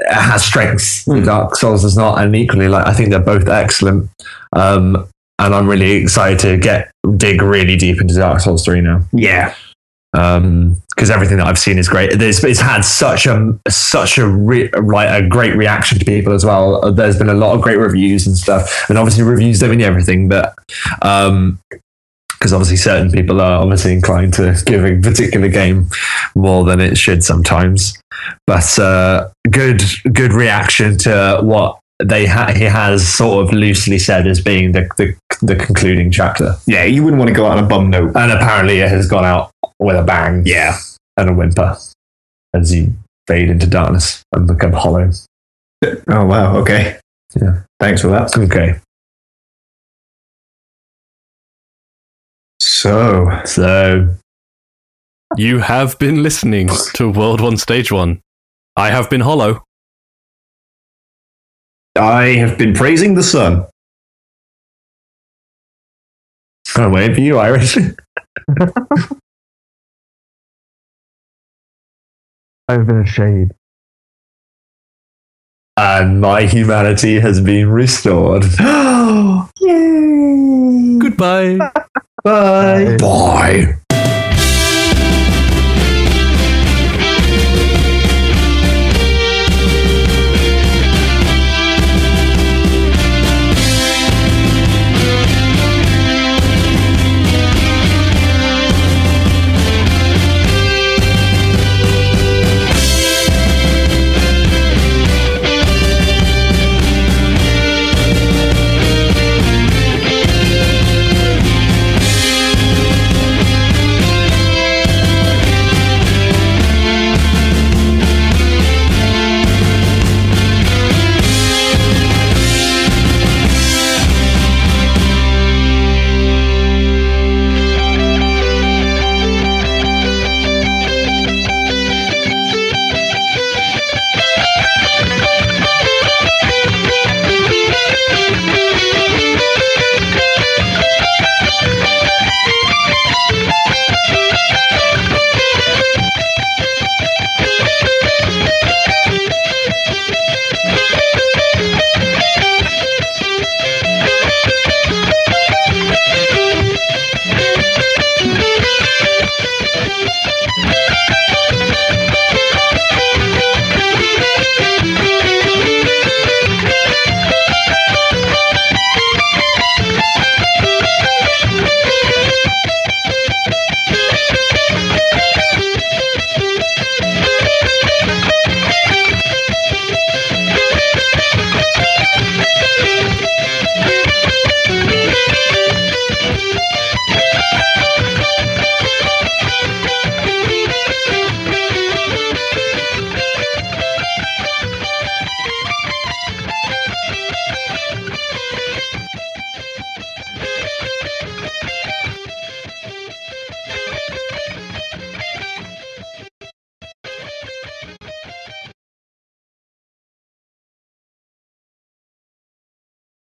uh, has strengths. Hmm. Dark Souls does not, and equally, like I think they're both excellent. Um, and I'm really excited to get dig really deep into Dark Souls three now Yeah. because Um, everything that I've seen is great. It's, it's had such a such a re, like a great reaction to people as well. Uh, There's been a lot of great reviews and stuff, and obviously reviews don't mean everything, but because obviously certain people are obviously inclined to give a particular game more than it should sometimes. But uh, good good reaction to what they ha- he has sort of loosely said as being the, the the concluding chapter, Yeah, you wouldn't want to go out on a bum note. and apparently it has gone out with a bang Yeah. and a whimper as you fade into darkness and become hollow. Oh wow. Okay. Yeah. Thanks for that. Okay, So so You have been listening to World One Stage One. I have been Hollow. I have been praising the sun. i wait for you, Irish. [LAUGHS] I've been a shade. and my humanity has been restored. Yay! Goodbye. Bye.